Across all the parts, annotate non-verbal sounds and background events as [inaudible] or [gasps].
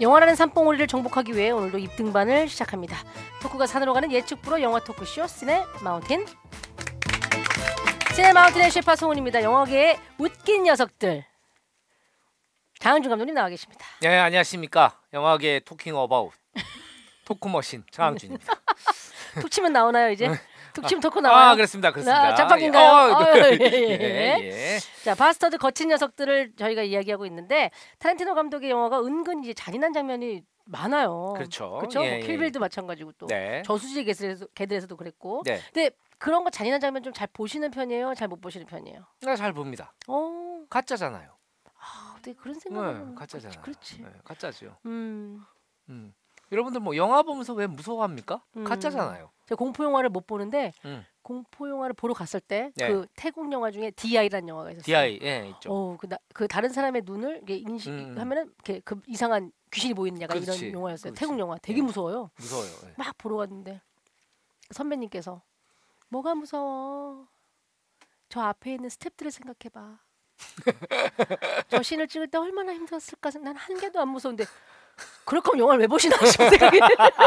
영화라는 산봉우리를 정복하기 위해 오늘도 입등반을 시작합니다. 토크가 산으로 가는 예측불허 영화 토크쇼 시네 마운틴. 시네 마운틴의 셰파 송은입니다. 영화계의 웃긴 녀석들. 장은준 감독님 나와 계십니다. 예 안녕하십니까 영화계 토킹 [laughs] 어바웃 토크머신 장항준입니다. 툭 치면 나오나요 [laughs] 이제? 툭 치면 토크 나와요. 아 그렇습니다 그렇습니다. 아, 자판기인가요? 예, 어, 아유, 그- 예, 예. 예, 예. 자, 바스터드 거친 녀석들을 저희가 이야기하고 있는데 타란티노 감독의 영화가 은근 이제 잔인한 장면이 많아요. 그렇죠. 그렇죠. 예, 예. 킬빌도 마찬가지고 또 네. 저수지 개들에서, 개들에서도 그랬고. 네. 근데 그런 거 잔인한 장면 좀 잘 보시는 편이에요? 잘 못 보시는 편이에요? 내가 아, 잘 봅니다. 어, 가짜잖아요. 아, 근데 그런 생각은 네, 가짜잖아요. 그렇지. 그렇지. 네, 가짜죠. 음, 음. 여러분들 뭐 영화 보면서 왜 무서워합니까? 음. 가짜잖아요. 제가 공포 영화를 못 보는데 음. 공포 영화를 보러 갔을 때 그 네. 태국 영화 중에 DI라는 영화가 있었어요. DI 예 있죠. 음, 어, 그, 나, 그 다른 사람의 눈을 이렇게 인식하면은 이렇게 그 이상한 귀신이 보이는 약간 그렇지, 이런 영화였어요. 그렇지. 태국 영화 되게 예. 무서워요. 무서워요. 예. 막 보러 갔는데 선배님께서 뭐가 무서워? 저 앞에 있는 스탭들을 생각해봐. [laughs] 저 신을 찍을 때 얼마나 힘들었을까? 난 한 개도 안 무서운데 그럴 거면 영화를 왜 보시나 싶은 [laughs] 생각이 [laughs]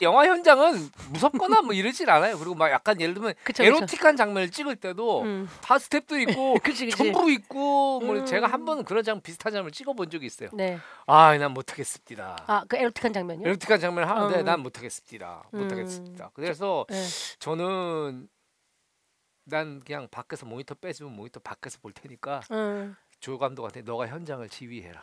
영화 현장은 무섭거나 뭐 이러질 않아요. 그리고 막 약간 예를 들면 그쵸, 그쵸. 에로틱한 장면을 찍을 때도 음. 다 스텝도 있고 [laughs] 그치 그치. 전부 있고 뭐 음. 제가 한 번 그런 장 비슷한 장면 찍어본 적이 있어요. 네. 아, 난 못하겠습니다. 아 그 에로틱한 장면요? 음. 이 에로틱한 장면을 하는데 네, 음. 난 못하겠습니다. 못하겠습니다. 그래서 네. 저는 난 그냥 밖에서 모니터 빼주면 모니터 밖에서 볼 테니까 음. 조 감독한테 너가 현장을 지휘해라.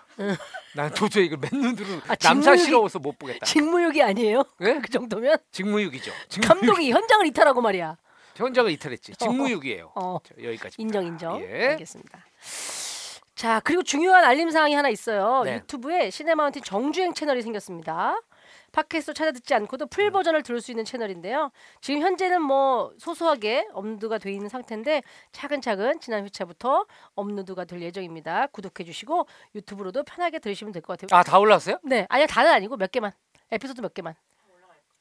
난 도저히 이걸 맨눈으로 아, 남자 직무유기- 싫어서 못 보겠다. 직무유기 아니에요? 예? [laughs] 그 정도면 직무유기죠. 직무유기. 감독이 현장을 이탈하고 말이야. 현장을 이탈했지. 직무유기예요. 어. 여기까지. 인정 인정. 예. 알겠습니다. 자 그리고 중요한 알림 사항이 하나 있어요. 네. 유튜브에 시네마운틴 정주행 채널이 생겼습니다. 팟캐스트로 찾아듣지 않고도 음. 풀 버전을 들을 수 있는 채널인데요. 지금 현재는 뭐 소소하게 업로드가 돼 있는 상태인데 차근차근 지난 회차부터 업로드가 될 예정입니다. 구독해 주시고 유튜브로도 편하게 들으시면 될 것 같아요. 아, 다 올라왔어요? 네, 아니야 다는 아니고 몇 개만 에피소드 몇 개만.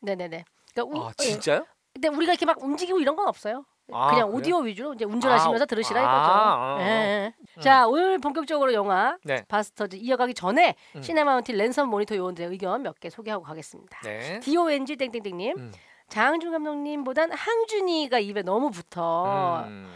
네네네. 그러니까 우, 아, 진짜요? 근데 우리가 이렇게 막 움직이고 이런 건 없어요. 아, 그냥 그래요? 오디오 위주로 이제 운전하시면서 아, 들으시라 아, 이거죠. 아, 아. 예, 예. 자 오늘 본격적으로 영화 네. 바스터즈 이어가기 전에 음. 시네마운틴 랜선 모니터 요원들의 의견 몇 개 소개하고 가겠습니다. 네. D.O.N.G. 땡땡땡님 음. 장항준 감독님보단 항준이가 입에 너무 붙어 음.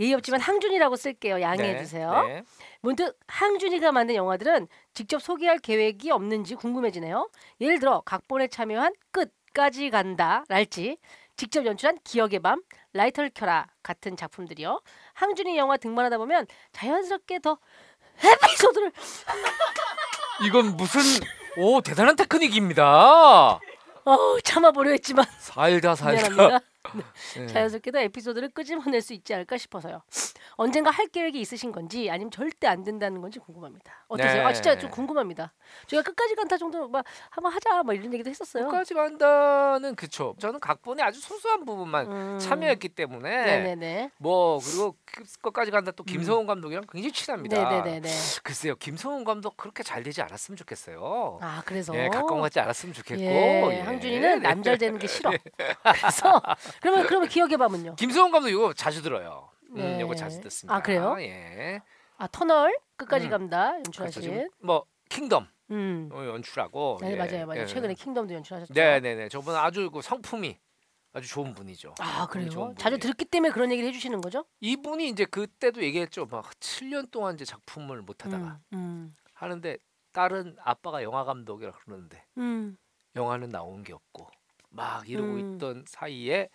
예의 없지만 항준이라고 쓸게요 양해해 네, 주세요. 네. 문득 항준이가 만든 영화들은 직접 소개할 계획이 없는지 궁금해지네요. 예를 들어 각본에 참여한 끝까지 간다랄지 직접 연출한 기억의 밤, 라이터를 켜라 같은 작품들이요. 항준이 영화 등반하다 보면 자연스럽게 더 에피소드를 이건 무슨 오 대단한 테크닉입니다. 어우, 참아보려 했지만 살다 살다. [laughs] 네. 미안합니다. 자연스럽게 더 에피소드를 끄집어낼 수 있지 않을까 싶어서요. 언젠가 할 계획이 있으신 건지 아니면 절대 안 된다는 건지 궁금합니다. 어떠세요? 네. 아 진짜 좀 궁금합니다. 저희가 끝까지 간다 정도로 막 한번 하자 막 이런 얘기도 했었어요. 끝까지 간다는 그쵸. 저는 각본에 아주 소소한 부분만 음. 참여했기 때문에 네네네. 뭐 그리고 그- 끝까지 간다 또 김성훈 감독이랑 굉장히 친합니다. 네네네네. 글쎄요 김성훈 감독 그렇게 잘 되지 않았으면 좋겠어요. 아 그래서 예, 가까운 같지 않았으면 좋겠고. 예, 예. 항준이는 남잘 되는 게 [laughs] 싫어. 그래서 그러면 그러면 기억의 밤은요. 김성훈 감독 이거 자주 들어요. 음, 네. 이거 자주 듣습니다. 아, 그래요? 예. 아 터널 끝까지 음. 갑니다. 그래서 연출하신. 지금 뭐 킹덤 음. 어, 연출하고. 네, 예, 맞아요, 맞아요. 예. 최근에 킹덤도 연출하셨죠. 네네네. 저분 아주 그 성품이 아주 좋은 분이죠. 아 성품이 음, 좋은 그래요. 분이에요. 자주 들었기 때문에 그런 얘기를 해주시는 거죠? 이분이 이제 그때도 얘기했죠. 막 7년 동안 이제 작품을 못 하다가 음. 하는데 딸은 아빠가 영화 감독이라 그러는데 음. 영화는 나온 게 없고 막 이러고 음. 있던 사이에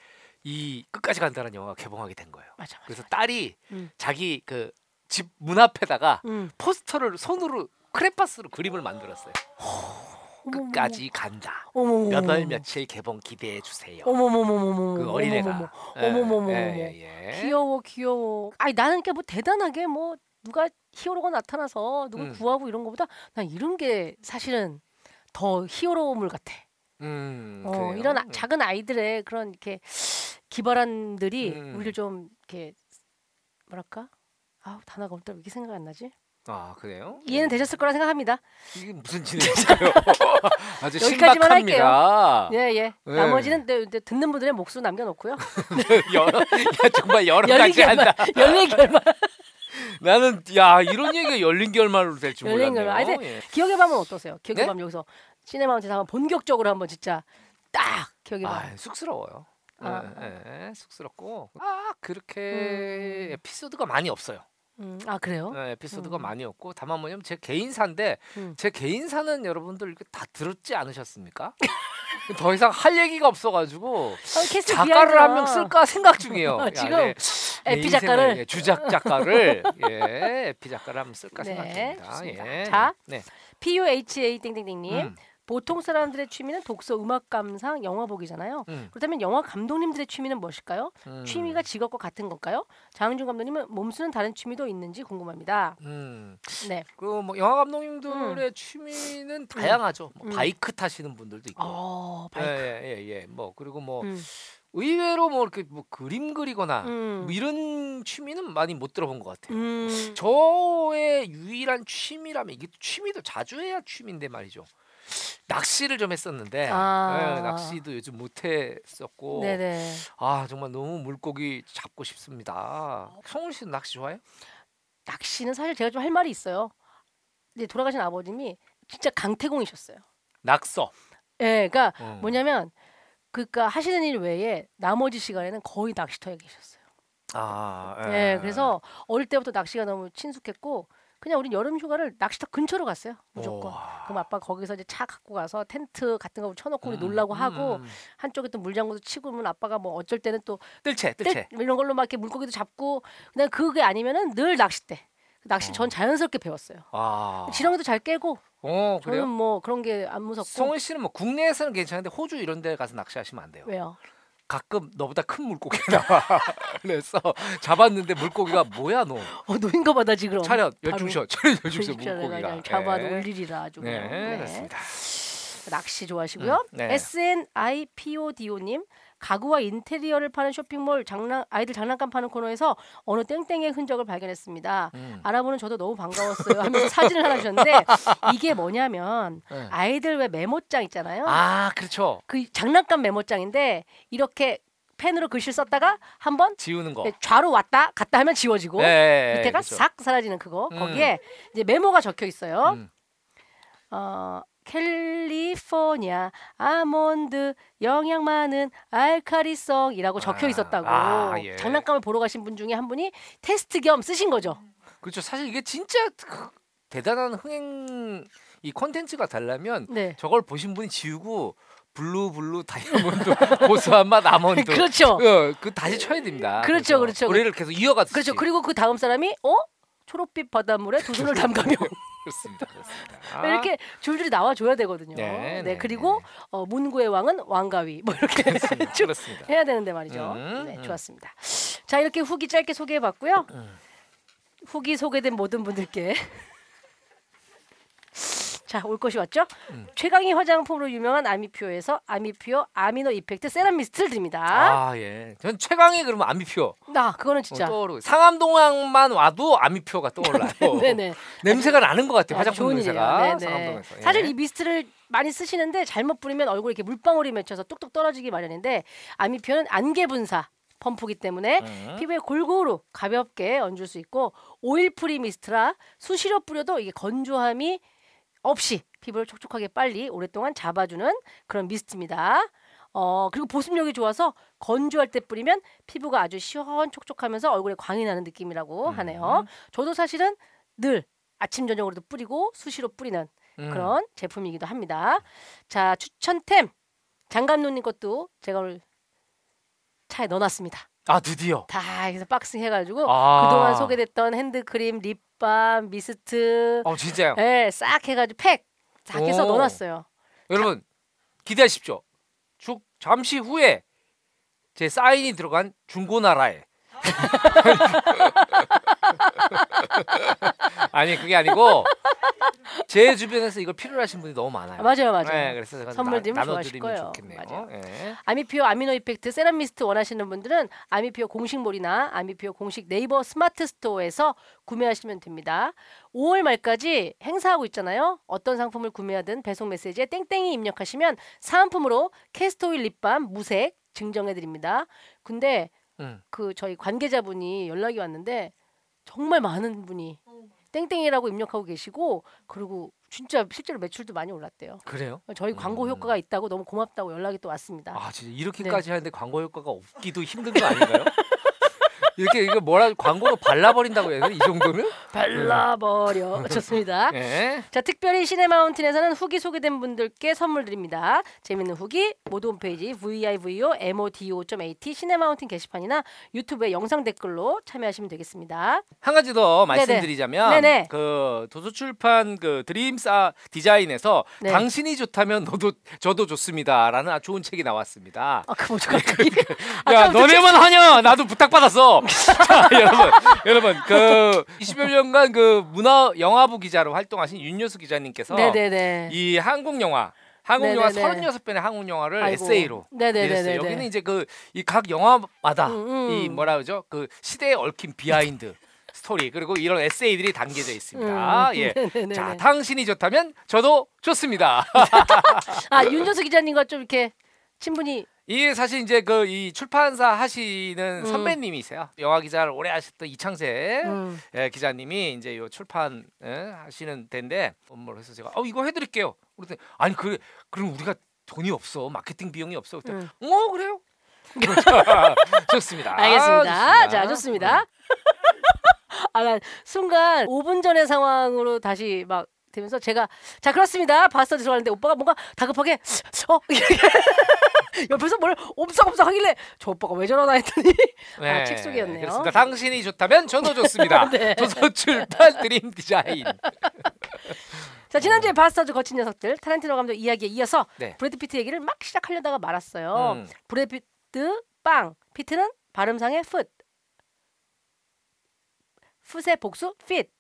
이 끝까지 간다는 영화가 개봉하게 된 거예요. 맞아, 맞아. 그래서 딸이 음. 자기 그 집 문 앞에다가 음. 포스터를 손으로 크레파스로 그림을 만들었어요. 어머머. 끝까지 간다. 어머머. 몇 월 며칠 개봉 기대해 주세요. 어머머머머머. 그 어린애가 예, 어머머머머. 예, 예. 귀여워 귀여워. 아니 나는 그뭐 대단하게 뭐 누가 히어로가 나타나서 누굴 음. 구하고 이런 거보다 난 이런 게 사실은 더 히어로물 같아. 음, 어, 그래요? 이런 아- 음. 작은 아이들의 그런 이렇게 기발한들이 음. 우리를 좀 이렇게 뭐랄까 아우 단어가 오늘 이렇게 생각 안 나지? 아 그래요? 이해는 되셨을 거라 생각합니다. 이게 무슨 [laughs] 진행인가요? 아주 여기까지만 신박합니다. 예 예. 네. 나머지는 네, 네, 듣는 분들의 몫으로 [laughs] 남겨놓고요. 예. 여러 야, 정말 여러 가지 [laughs] 열리기만 한다. 열리기만 나는 야 이런 얘기가 열린 결말로 될 줄 열린 몰랐네요. 결말. 아니, 근데 예. 기억의 밤은 어떠세요? 기억의 네? 밤 여기서 시네마운틴에서 한번 본격적으로 한번 진짜 딱 기억의 밤. 아, 쑥스러워요. 아, 예, 예, 예, 쑥스럽고 아 그렇게 음. 에피소드가 많이 없어요. 음, 아 그래요? 예, 에피소드가 음. 많이 없고 다만 뭐냐면 제 개인사인데 음. 제 개인사는 여러분들 이렇게 다 들었지 않으셨습니까? [laughs] 더 이상 할 얘기가 없어가지고 아, 캐스팅 작가를 한 귀하잖아. 명 쓸까 생각 중이에요. 어, [laughs] 야, 네. 지금 내- 내 에피 인생을, 작가를? 예, 주작 [laughs] 작가를 예, 에피 작가를 한 명 쓸까 네, 생각 중입니다. 좋습니다. 예. 자, 네. PUHA 땡땡땡님 음, 보통 사람들의 취미는 독서, 음악 감상, 영화 보기잖아요. 음, 그렇다면 영화 감독님들의 취미는 무엇일까요? 음. 취미가 직업과 같은 건가요? 장항준 감독님은 몸쓰는 다른 취미도 있는지 궁금합니다. 음. 네. 그 뭐 영화 감독님들의 취미는 음. 다양하죠. 뭐 음. 바이크 타시는 분들도 있고. 어, 예, 바이크. 예, 예, 예. 뭐 그리고 뭐 음. 의외로 뭐 이렇게 뭐 그림 그리거나 음. 뭐 이런 취미는 많이 못 들어본 것 같아요. 음. 저의 유일한 취미라면 이게 취미도 자주 해야 취미인데 말이죠. 낚시를 좀 했었는데 아. 예, 낚시도 요즘 못 했었고 네네. 아 정말 너무 물고기 잡고 싶습니다. 어. 성훈 씨는 낚시 좋아해요? 낚시는 사실 제가 좀 할 말이 있어요. 이제 돌아가신 아버님이 진짜 강태공이셨어요. 낚서. 예, 그러니까 어. 뭐냐면 그니까 하시는 일 외에 나머지 시간에는 거의 낚시터에 계셨어요. 아, 예, 그래서 어릴 때부터 낚시가 너무 친숙했고 그냥 우린 여름 휴가를 낚시터 근처로 갔어요. 무조건. 우와. 그럼 아빠 거기서 이제 차 갖고 가서 텐트 같은 거 쳐놓고 우리 음, 놀라고 음, 하고 음. 한쪽에 또 물장구도 치고 그러면 아빠가 뭐 어쩔 때는 또 뜰채 뜰채 때 이런 걸로 막 이렇게 물고기도 잡고 근데 그게 아니면은 늘 낚싯대 그 낚시 어. 전 자연스럽게 배웠어요 아 지렁이도 잘 깨고 저는 어 그래요 뭐 그런 게 안 무섭고 성훈 씨는 뭐 국내에서는 괜찮은데 호주 이런 데 가서 낚시하시면 안 돼요 왜요 가끔 너보다 큰 물고기 나와 [laughs] 그래서 잡았는데 물고기가 뭐야 너 어 노인가 받아지 그럼 차렷 바로 열중셔 [laughs] 차렷 열중셔 조식자를 물고기가 그냥 잡아도 예. 올 일이라 아주 네, 그냥 네. 맞습니다 낚시 좋아하시고요 음, 네. SNIPODO님 가구와 인테리어를 파는 쇼핑몰 장난 아이들 장난감 파는 코너에서 어느 땡땡의 흔적을 발견했습니다 음. 알아보는 저도 너무 반가웠어요 하면서 [laughs] 사진을 하나 주셨는데 이게 뭐냐면 네. 아이들 왜 메모장 있잖아요. 아 그렇죠 그 장난감 메모장인데 이렇게 펜으로 글씨를 썼다가 한번 지우는 거 좌로 왔다 갔다 하면 네, 지워지고 예, 밑에가 그렇죠. 싹 사라지는 그거 음. 거기에 이제 메모가 적혀 있어요. 음. 어, 캘리포니아 아몬드 영양 많은 알카리성이라고 적혀 아, 있었다고 아, 예. 장난감을 보러 가신 분 중에 한 분이 테스트 겸 쓰신 거죠. 그렇죠 사실 이게 진짜 그- 대단한 흥행 이 콘텐츠가 달라면 네. 저걸 보신 분이 지우고 블루 블루 다이아몬드 [laughs] 고소한 맛 아몬드 [laughs] 그렇죠. 어, 그 다시 쳐야 됩니다. 그렇죠, 그래서 그렇죠. 우리를 계속 이어갔지. 그렇죠. 그리고 그 다음 사람이 어? 초록빛 바닷물에 두 [laughs] 손을 담가며 그렇습니다. 그렇습니다. 이렇게 줄줄이 나와 줘야 되거든요. 아. 네, 네, 네, 그리고 네. 어, 문구의 왕은 왕가위 뭐 이렇게 아, 그렇습니다. 쭉 그렇습니다. 해야 되는데 말이죠. 음, 네, 음. 좋았습니다. 자 이렇게 후기 짧게 소개해봤고요. 음. 후기 소개된 모든 분들께 자 올 것이 왔죠. 음. 최강희 화장품으로 유명한 아미퓨어에서 아미퓨어 아미노 이펙트 세럼 미스트를 드립니다. 아 예. 전 최강이 그러면 아미표 나 그거는 어, 진짜 떠오르고 상암동항만 와도 아미표가 떠올라요. [laughs] 네네 냄새가 나는 것 같아요. 아주 화장품 좋은 냄새가 일이에요. 네네. 상암동에서. 예. 사실 이 미스트를 많이 쓰시는데 잘못 뿌리면 얼굴에 이렇게 물방울이 맺혀서 뚝뚝 떨어지기 마련인데 아미표는 안개 분사 펌프기 때문에 음. 피부에 골고루 가볍게 얹을 수 있고 오일 프리 미스트라 수시로 뿌려도 이게 건조함이 없이 피부를 촉촉하게 빨리 오랫동안 잡아주는 그런 미스트입니다. 어 그리고 보습력이 좋아서 건조할 때 뿌리면 피부가 아주 시원촉촉하면서 얼굴에 광이 나는 느낌이라고 음. 하네요. 저도 사실은 늘 아침 저녁으로도 뿌리고 수시로 뿌리는 음. 그런 제품이기도 합니다. 자 추천템 장감노님 것도 제가 오늘 차에 넣어놨습니다. 아 드디어. 다 해서 박싱 해가지고 아. 그동안 소개됐던 핸드크림, 립밤, 미스트, 어 진짜요. 예, 싹 해가지고 팩 다 해서 오. 넣어놨어요. 여러분 기대하십시오. 쭉 잠시 후에 제 사인이 들어간 중고나라에. [laughs] 아니 그게 아니고 제 주변에서 이걸 필요로 하신 분이 너무 많아요. 맞아요, 맞아요. 네, 그래서 제가 선물 드리면 나, 좋아하실 나눠드리면 거예요. 좋겠네요. 맞아요. 예. 아미피오 아미노 이펙트 세럼 미스트 원하시는 분들은 아미피오 공식몰이나 아미피오 공식 네이버 스마트 스토어에서 구매하시면 됩니다. 5월 말까지 행사하고 있잖아요. 어떤 상품을 구매하든 배송 메시지에 땡땡이 입력하시면 사은품으로 캐스토일 립밤 무색 증정해 드립니다. 근데 음. 그 저희 관계자분이 연락이 왔는데 정말 많은 분이 땡땡이라고 입력하고 계시고 그리고 진짜 실제로 매출도 많이 올랐대요. 그래요? 저희 광고 음. 효과가 있다고 너무 고맙다고 연락이 또 왔습니다. 아 진짜 이렇게까지 네. 하는데 광고 효과가 없기도 힘든 거 아닌가요? [laughs] 이렇게 이거 뭐라 광고로 발라버린다고 해야 되나 이 정도면? 음. 발라버려. [laughs] 좋습니다. 예. 자, 특별히 시네마운틴에서는 후기 소개된 분들께 선물 드립니다. 재밌는 후기 모두 홈페이지 vivo modo.at 시네마운틴 게시판이나 유튜브에 영상 댓글로 참여하시면 되겠습니다. 한 가지 더 네네. 말씀드리자면 네네. 그 도서출판 그 드림사 디자인에서 네. 당신이 좋다면 너도 저도 좋습니다라는 아주 좋은 책이 나왔습니다. 아, 그 뭐죠? 갑자기? 야 아까부터 너네만 하냐? 나도 부탁받았어. [laughs] 자 여러분, 여러분 [laughs] 그 21년간 그 문화 영화부 기자로 활동하신 윤여수 [laughs] 기자님께서 네네네. 이 한국 영화 한국 영화 네네네. 36편의 한국 영화를 아이고. 에세이로 네네네네네. 내렸어요. 여기는 이제 그 이 각 영화마다 음, 음. 이 뭐라 그러죠? 그 시대에 얽힌 비하인드 스토리 그리고 이런 에세이들이 담겨져 있습니다. 음, 예. [laughs] 네네네네. 자, 당신이 좋다면 저도 좋습니다. 아, 윤조수 기자님과 좀 이렇게 친분이 이 사실 이제 그 이 출판사 하시는 음. 선배님이세요. 영화 기자를 오래 하셨던 이창세 음. 예, 기자님이 이제 요 출판 예, 하시는 데인데 업무를 해서 제가 어 이거 해드릴게요. 그랬더니 아니 그래 그럼 우리가 돈이 없어 마케팅 비용이 없어. 그때 음. [laughs] 어 그래요? [laughs] 좋습니다. 알겠습니다. 네. 자, 좋습니다. [laughs] 아, 나 순간 5분 전의 상황으로 다시 막 되면서 제가 자 그렇습니다. 봤어 들어가는데 오빠가 뭔가 다급하게 어 이렇게 [laughs] 옆에서 뭘 옴싹옴싹 하길래 저 오빠가 왜 저러나 했더니 아, 책 속이었네요. 그렇습니다. 당신이 좋다면 저도 [laughs] 좋습니다. 네. 도서 출판 드림 디자인. 자 지난주에 바스터즈 거친 녀석들 타란티노 감독 이야기에 이어서 네. 브래드 피트 얘기를 막 시작하려다가 말았어요. 음. 브래드 피트 빵 피트는 발음상의 풋 풋의 복수 핏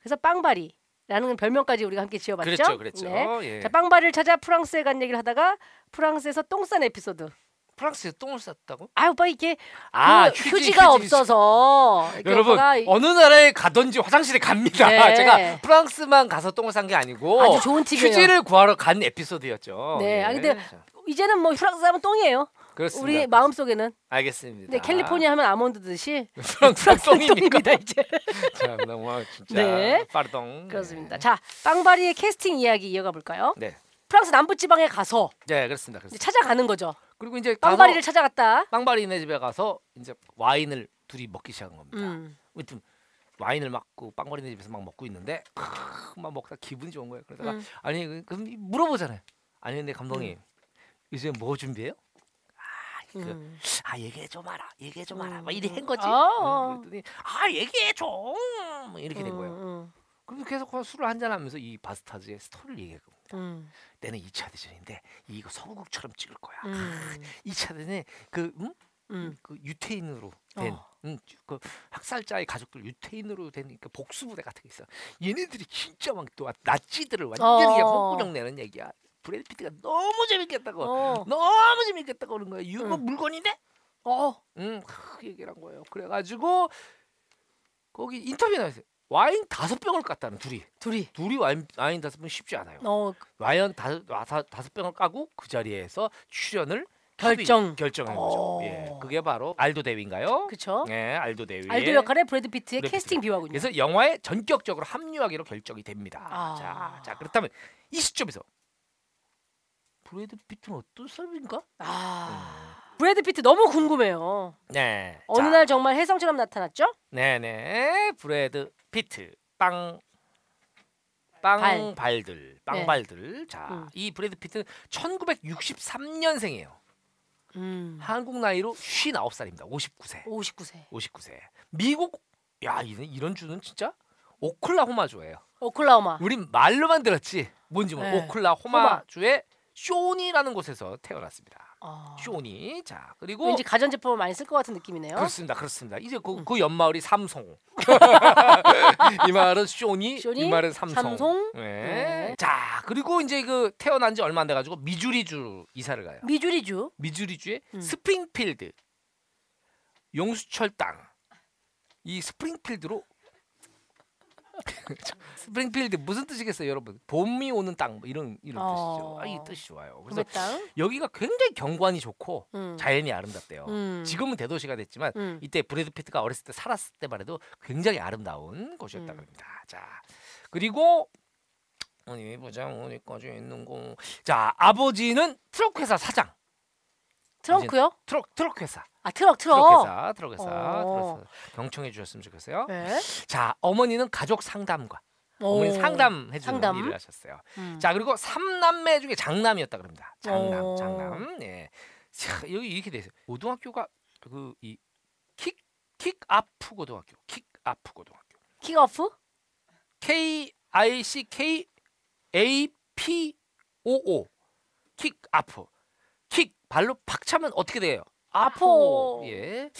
그래서 빵바리라는 별명까지 우리가 함께 지어봤죠. 그렇죠, 그렇죠. 네. 예. 자 빵바리를 찾아 프랑스에 간 얘기를 하다가 프랑스에서 똥 싼 에피소드. 프랑스에 똥을 쌌다고? 아 오빠 이게 아, 그 휴지, 휴지가 휴지. 없어서 이렇게 네, 여러분 오빠가 그러니까 이- 어느 나라에 가든지 화장실에 갑니다. 네. [laughs] 제가 프랑스만 가서 똥을 싼 게 아니고 아주 좋은 팁이에요. 휴지를 구하러 간 에피소드였죠. 네, 예. 아, 근데 자, 이제는 뭐 프랑스 하면 똥이에요. 그렇습니다. 우리 마음 속에는. 알겠습니다. 근데 캘리포니아 하면 아몬드 듯이 프랑스 똥입니까? 네. 똥입니다 이제. [laughs] 참 너무 진짜 네. 빠르동. 그렇습니다. 자 빵바리의 캐스팅 이야기 이어가 볼까요? 네. 네. 프랑스 남부 지방에 가서 네, 그렇습니다. 그렇습니다. 이제 찾아가는 거죠. 그리고 이제 빵바리를 찾아갔다. 빵바리네 집에 가서 이제 와인을 둘이 먹기 시작한 겁니다. 음. 아무튼 와인을 막고 빵바리네 집에서 막 먹고 있는데 크으, 막 먹다 기분 이 좋은 거예요. 그러다가 음. 아니 그- 그럼 이- 물어보잖아요. 아니 근데 감독님 이제 뭐 준비해요? 그- 음. 아 얘기해 줘 마라, 얘기해 줘 마라, 음, 막 이래 음. 한 거지. 어, 음, 그랬더니 아 얘기해 줘, 뭐 이렇게 된 거예요. 음, 그래서 계속 그냥 술을 한잔 하면서 이 바스타즈의 스토리를 얘기해. 음, 내는 2차 대전인데 이거 서구극처럼 찍을 거야. 음, 2차 대전에 그 아, 음? 음. 그 유태인으로 된 어. 음, 주- 그 학살자의 가족들 유태인으로 된 그 복수부대 같은 게 있어. 얘네들이 진짜 막 또 나치들을 완전히 그냥 어. 홍구정 내는 얘기야. 브래드 피트가 너무 재밌겠다고. 어. 너무 재밌겠다고 그런 거야. 이거 응. 물건인데? 어. 음, 크, 얘기를 한 거예요. 그래 가지고 거기 인터뷰 나왔어요. 와인 다섯 병을 깠다는 둘이. 둘이. 둘이 와인 와인 다섯 병 쉽지 않아요. 어. 와인 다섯 와사- 다섯 병을 까고 그 자리에서 출연을 결정. 합의- 결정한 오. 거죠. 예. 그게 바로 알도 대위인가요? 그쵸? 예, 알도 대위. 알도 역할의 브래드 피트의 브래드 피트. 캐스팅 비화군요. 그래서 영화에 전격적으로 합류하기로 결정이 됩니다. 아. 자, 자 그렇다면 이 시점에서 브래드 피트는 어떤 사람인가? 아. 브래드 피트 너무 궁금해요. 네. 어느 음. 자, 날 정말 혜성처럼 나타났죠? 네, 네. 브래드 피트 빵. 발. 네. 빵발들, 빵발들. 자, 음. 이 브래드 피트는 1963년생이에요. 음. 한국 나이로 59살입니다. 59세. 59세. 59세. 미국 야 이런 이런 주는 진짜 오클라호마주예요. 오클라호마. 우린 말로만 들었지 뭔지 모르. 네. 호마. 오클라호마주의 쇼니라는 곳에서 태어났습니다. 아. 쇼니. 자 그리고 왠지 가전제품을 많이 쓸 것 같은 느낌이네요. 음. 그렇습니다, 그렇습니다. 이제 그, 그 [laughs] 옆마을이 삼성. 이 마을은 쇼니, 쇼니, 이 마을은 삼성. 삼성. 네. 네. 자 그리고 이제 그 태어난 지 얼마 안 돼가지고 미주리주 이사를 가요. 미주리주. 미주리주의 음. 스프링필드 용수철 땅 이 스프링필드로 [laughs] 스프링필드 무슨 뜻이겠어요, 여러분? 봄이 오는 땅뭐 이런 이런 어. 뜻이죠. 아, 이 뜻이 좋아요. 그래서 봄의 땅. 여기가 굉장히 경관이 좋고 음. 자연이 아름답대요. 음. 어, 지금은 대도시가 됐지만 음. 이때 브래드 피트가 어렸을 때 살았을 때만 해도 굉장히 아름다운 곳이었다고 음. 합니다. 자 그리고 어디 보자 어디까지 있는 거. 자 아버지는 트럭 회사 사장. 트렁크요? 트럭 트럭 회사. 아 트럭 트럭. 트럭 회사 트럭 회사. 어. 트럭 회사. 경청해 주셨으면 좋겠어요. 네. 자 어머니는 가족 상담과 오. 어머니 상담해 주는 상담. 일을 하셨어요. 음. 자 그리고 삼남매 중에 장남이었다 그럽니다. 장남, 어. 장남. 예. 자, 여기 이렇게 돼 있어요. 고등학교가 그 이 킥, 킥아프 고등학교, 킥아프 고등학교. 킥오프? K I C K A P O O. 킥아프. 킥 발로 팍 차면 어떻게 돼요? 아포. 아포. 예.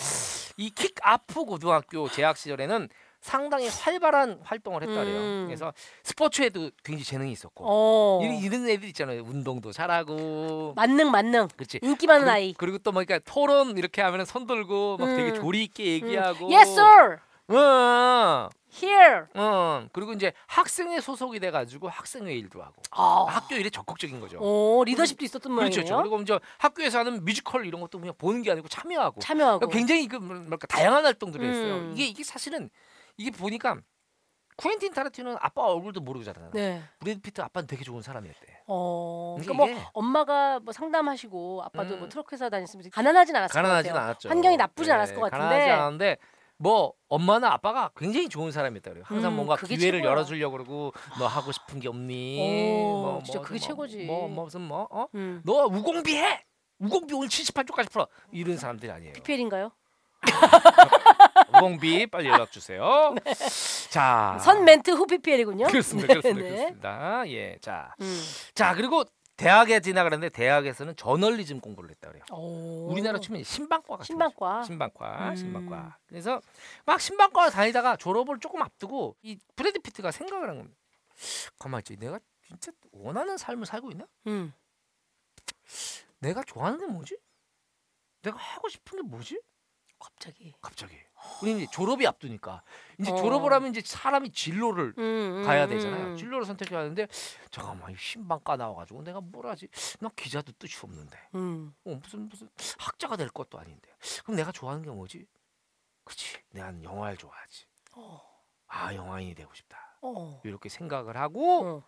이 킥아프 고등학교 재학 시절에는 상당히 활발한 활동을 했다래요. 음. 그래서 스포츠에도 굉장히 재능이 있었고 어. 이런, 이런 애들 있잖아요. 운동도 잘하고. 만능 만능. 그렇지. 인기 많은 그리고, 아이. 그리고 또 막, 그러니까 토론 이렇게 하면은 손 들고 막 되게 음. 조리 있게 음. 얘기하고. 어. Yes sir. 응. Here. 응. 어. 그리고 이제 학생회 소속이 돼 가지고 학생회 일도 하고. 아. 학교 일에 적극적인 거죠. 오 리더십도 있었던 그렇죠. 모양이네요. 그렇죠. 그리고 이제 학교에서 하는 뮤지컬 이런 것도 그냥 보는 게 아니고 참여하고. 참여하고. 굉장히 그 뭐랄까 다양한 활동들을 했어요. 음. 이게 이게 사실은 이게 보니까 쿠엔틴 타르티노는 아빠 얼굴도 모르고 자라나. 네. 브래드 피트 아빠는 되게 좋은 사람이었대. 어. 근데 그러니까 뭐 이게- 엄마가 뭐 상담하시고 아빠도 음. 뭐 트럭 회사 다녔으면서 가난하진 않았을 가난하진 것 같아요. 않았죠. 환경이 나쁘진 예, 않았을 것 같은데. 가난하진 않았는데 뭐 엄마나 아빠가 굉장히 좋은 사람이었다 그래요. 항상 음, 뭔가 그게 기회를 최고야. 열어주려고 그러고 너 하고 싶은 게 없니? 오, 뭐, 진짜 뭐, 그게 뭐, 최고지. 뭐, 뭐 무슨 뭐 어? 음. 너 우공비해. 우공비 오늘 78쪽까지 풀어. 이런 사람들이 [laughs] 아니에요. 네. PPL인가요? 우공비 빨리 연락 주세요. 자. 네. 선 멘트 후 PPL이군요. 아. 그렇습니다. 그렇습니다. [laughs] 네. 그렇습니다. 예. 자. 음. 자, 그리고 대학에 지나가는데 대학에서는 저널리즘 공부를 했다 그래요. 오. 우리나라 치면 신방과 같은 거죠. 신방과. 신방과 음. 신방과 그래서 막 신방과 다니다가 졸업을 조금 앞두고 이 브래드 피트가 생각을 한 겁니다 가만 있지 내가 진짜 원하는 삶을 살고 있나 음. 내가 좋아하는 게 뭐지 내가 하고 싶은 게 뭐지 갑자기. 갑자기 우리 이제 졸업이 앞두니까 이제 어. 졸업을 하면 이제 사람이 진로를 음, 음, 가야 음. 되잖아요 진로를 선택해야 하는데 잠깐만 이 신방과 나와가지고 내가 뭘 하지 나 기자도 뜻이 없는데 음. 어, 무슨 무슨 학자가 될 것도 아닌데 그럼 내가 좋아하는 게 뭐지? 그치 난 영화를 좋아하지 어. 아 영화인이 되고 싶다 어. 이렇게 생각을 하고 어.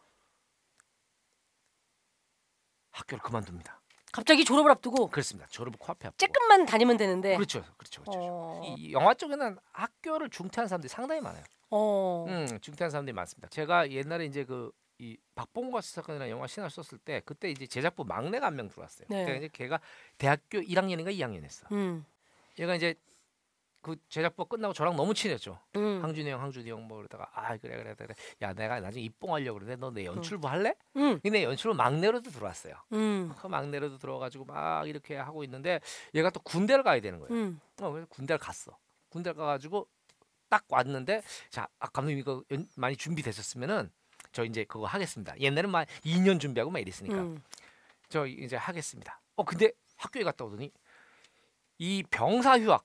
학교를 그만둡니다 갑자기 졸업을 앞두고 그렇습니다 졸업을 코앞에 앞두고 조금만 다니면 되는데. 그렇죠 그렇죠 그렇죠 어. 이- 이 영화 쪽에는 학교를 중퇴한 사람들이 상당히 많아요 어. 음, 중퇴한 사람들이 많습니다 제가 옛날에 이제 그 이 박봉과 수사관이라는 영화 신화를 썼을 때 그때 이제 제작부 막내가 한 명 들어왔어요 네. 그때 이제 걔가 대학교 1학년인가 2학년이었어 음. 얘가 이제 그 제작부 가 끝나고 저랑 너무 친했죠 음. 항준이 형, 항준이 형 뭐 그러다가 아 그래 그래 그래 야 내가 나중에 입봉하려고 그러는데 너 내 연출부 할래? 음. 근데 연출부 막내로도 들어왔어요. 음. 그 막내로도 들어가지고 막 이렇게 하고 있는데 얘가 또 군대를 가야 되는 거예요. 음. 어, 그래서 군대를 갔어. 군대를 가가지고 딱 왔는데 자 아, 감독님 이거 연- 많이 준비되셨으면은 저 이제 그거 하겠습니다. 옛날에는 막 2년 준비하고 막 이랬으니까 음. 저 이제 하겠습니다. 어 근데 학교에 갔다 오더니 이 병사 휴학,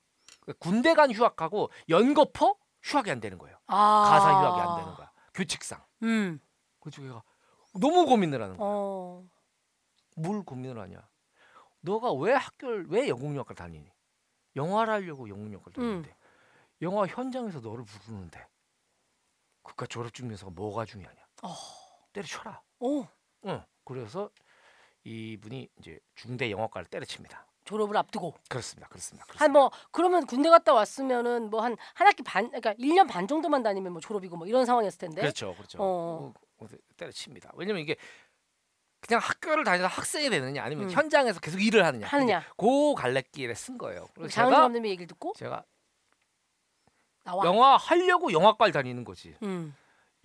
군대 간 휴학하고 연거포 휴학이 안 되는 거예요. 아. 가사 휴학이 안 되는 거야. 규칙상. 음. 그래서 얘가 너무 고민을 하는 거야. 어. 뭘 고민을 하냐? 너가 왜 학교를 왜 영국영학과를 다니니? 영화를 하려고 영국영학과를 음. 다니는데 영화 현장에서 너를 부르는데 그깟 졸업증명서가 뭐가 중요하냐? 어. 때려쳐라. 오. 응. 그래서 이분이 이제 중대 영화과를 때려칩니다. 졸업을 앞두고 그렇습니다. 그렇습니다. 그렇습니다. 한 뭐 그러면 군대 갔다 왔으면은 뭐 한 한 학기 반 그러니까 1년 반 정도만 다니면 뭐 졸업이고 뭐 이런 상황이었을 텐데. 그렇죠, 그렇죠. 어. 어, 때려칩니다. 왜냐면 이게 그냥 학교를 다니다 학생이 되느냐 아니면 음. 현장에서 계속 일을 하느냐 하느냐. 이제 그 갈래길에 쓴 거예요. 그래서 장은주 제가 감독님의 얘기를 듣고 제가 나와. 영화 하려고 영화과를 다니는 거지. 음.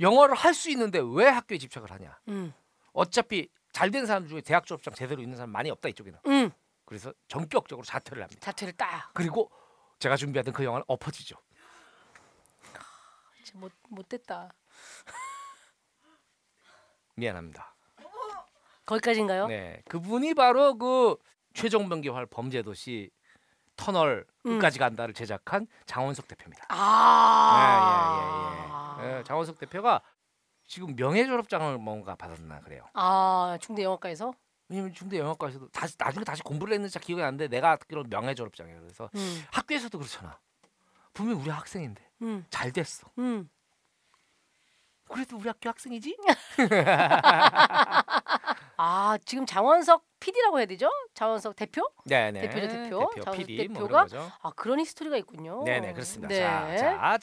영어를 할 수 있는데 왜 학교에 집착을 하냐? 음. 어차피 잘 된 사람 중에 대학 졸업장 제대로 있는 사람 많이 없다 이쪽에는. 음. 그래서 전격적으로 자퇴를 합니다. 자퇴를 딱. 그리고 제가 준비하던 그 영화는 엎어지죠. 진짜 못 못됐다. 미안합니다. 거기까지인가요? 네, 그분이 바로 그 최종병기활 범죄도시 터널 음. 끝까지 간다를 제작한 장원석 대표입니다. 아. 예, 예, 장원석 대표가 지금 명예 졸업장을 뭔가 받았나 그래요. 아 중대 영어과에서 왜냐면 중대 영어과에서도 다시 나중에 다시 공부를 했는지 잘 기억이 안 나는데 내가 듣기로 명예 졸업장이에요. 그래서 음, 학교에서도 그렇잖아. 분명 우리 학생인데 음, 잘 됐어. 음. 그래도 우리 학교 학생이지? 아 지금 장원석 PD라고 해야 되죠? 장원석 대표? 네네. 대표죠, 대표. 대표, 자, PD 뭐 대표가 그런 거죠. 아 그런 히스토리가 있군요. 네네 그렇습니다. 네. 자, 자, 자,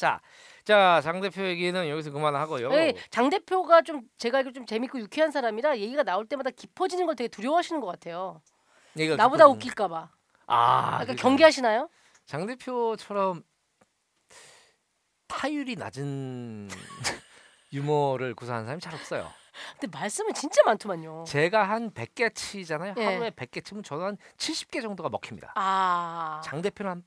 자, 장 대표 얘기는 여기서 그만하고요. 네, 장 대표가 좀 제가 알기로 좀 재밌고 유쾌한 사람이라 얘기가 나올 때마다 깊어지는 걸 되게 두려워하시는 것 같아요. 얘기가 나보다 깊어지는- 웃길까봐. 아, 약간 그러니까 경계하시나요? 장 대표처럼 타율이 낮은 [laughs] 유머를 구사하는 사람이 잘 없어요. 근데 말씀은 진짜 많더만요. 제가 한 100개 치잖아요. 어. 예. 하루에 100개 치면 저는 한 70개 정도가 먹힙니다. 아, 장 대표는 한,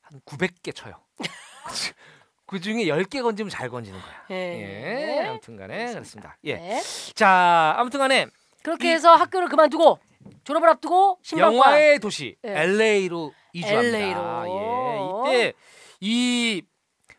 한 900개 쳐요. [laughs] 그 중에 10개 건지면 잘 건지는 거야. 예. 예. 아무튼 간에 그렇습니다. 예. 네. 자, 아무튼 간에 그렇게 해서 학교를 그만두고 졸업을 앞두고 신방과 영화의 도시 예. LA로 이주합니다. LA로. 예. 이때 이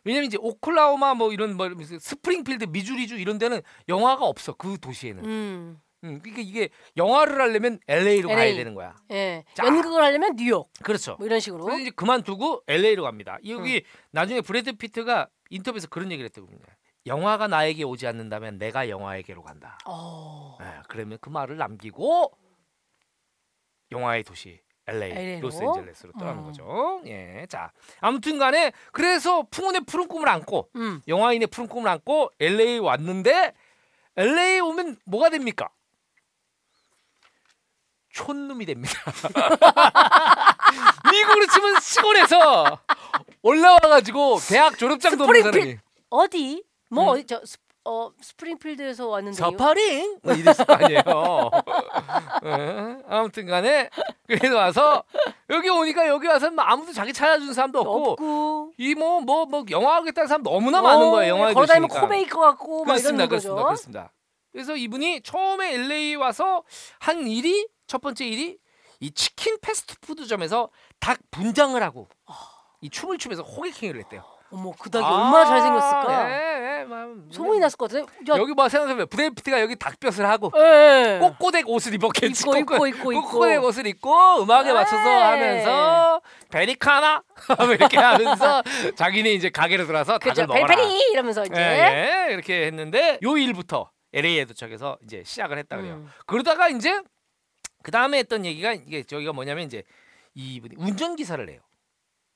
왜냐면 이제 오클라호마 뭐 이런 뭐 이러면서 스프링필드 미주리주 이런 데는 영화가 없어. 그 도시에는. 음, 음, 그러니까 이게 영화를 하려면 LA로 가야 LA. 되는 거야. 예. 자. 연극을 하려면 뉴욕 그렇죠. 뭐 이런 식으로. 그래서 이제 그만두고 LA로 갑니다. 여기 나중에 브래드 피트가 인터뷰에서 그런 얘기를 했더군요. 영화가 나에게 오지 않는다면 내가 영화에게로 간다. 어, 예, 그러면 그 말을 남기고 영화의 도시 LA LA 로? 로스앤젤레스로 떠나는 음. 거죠. 예, 자 아무튼간에 그래서 풍운의 푸른 꿈을 안고 음, 영화인의 푸른 꿈을 안고 LA 에 왔는데 LA 에 오면 뭐가 됩니까? 촌놈이 됩니다. [laughs] 미국으로 치면 시골에서 올라와가지고 대학 졸업장 도없는 사람이 스프링필- 어디? 뭐 음. 어디 저 스, 어, 스프링필드에서 왔는데 서퍼링 뭐 이랬을 거 아니에요. 예, 아무튼간에 그래서 와서 여기 오니까 여기 와서 뭐 아무도 자기 찾아준 사람도 없고 없고 이 뭐 뭐 뭐 영화하겠다는 사람 너무나 많은 거예요. 영화에 걸어다니면 도시니까. 코베이커 같고 뭐 막 그렇습니다, 이러는 거죠. 그렇습니다, 그렇습니다. 그래서 이분이 처음에 LA 와서 한 일이 첫 번째 일이 이 치킨 패스트푸드점에서 닭 분장을 하고 이 춤을 추면서 호객행위를 했대요. 어머 그 아. 아, 닭이 얼마나 잘생겼을까. 예, 예, 막, 소문이 났을 것 같은데. 야, 여기 봐 생각해보면 브래피트가 여기 닭뼈슬 하고 예. 꼬꼬댁 옷을 입었겠지. 입고 입고 입고 예. 입고. 꼬꼬댁 옷을 입고 음악에 맞춰서 에이. 하면서 베리카나 [laughs] 하고 이렇게 [laughs] 하면서 자기는 이제 가게로 들어와서 그죠. 닭을 먹어라. 벨페리 이러면서 이제. 어, 예, 예, 이렇게 했는데 요 일부터 LA에 도착해서 이제 시작을 했다 그래요. 음. 그러다가 이제 그 다음에 했던 얘기가 이게 저기가 뭐냐면 이제 이분이 운전 기사를 해요.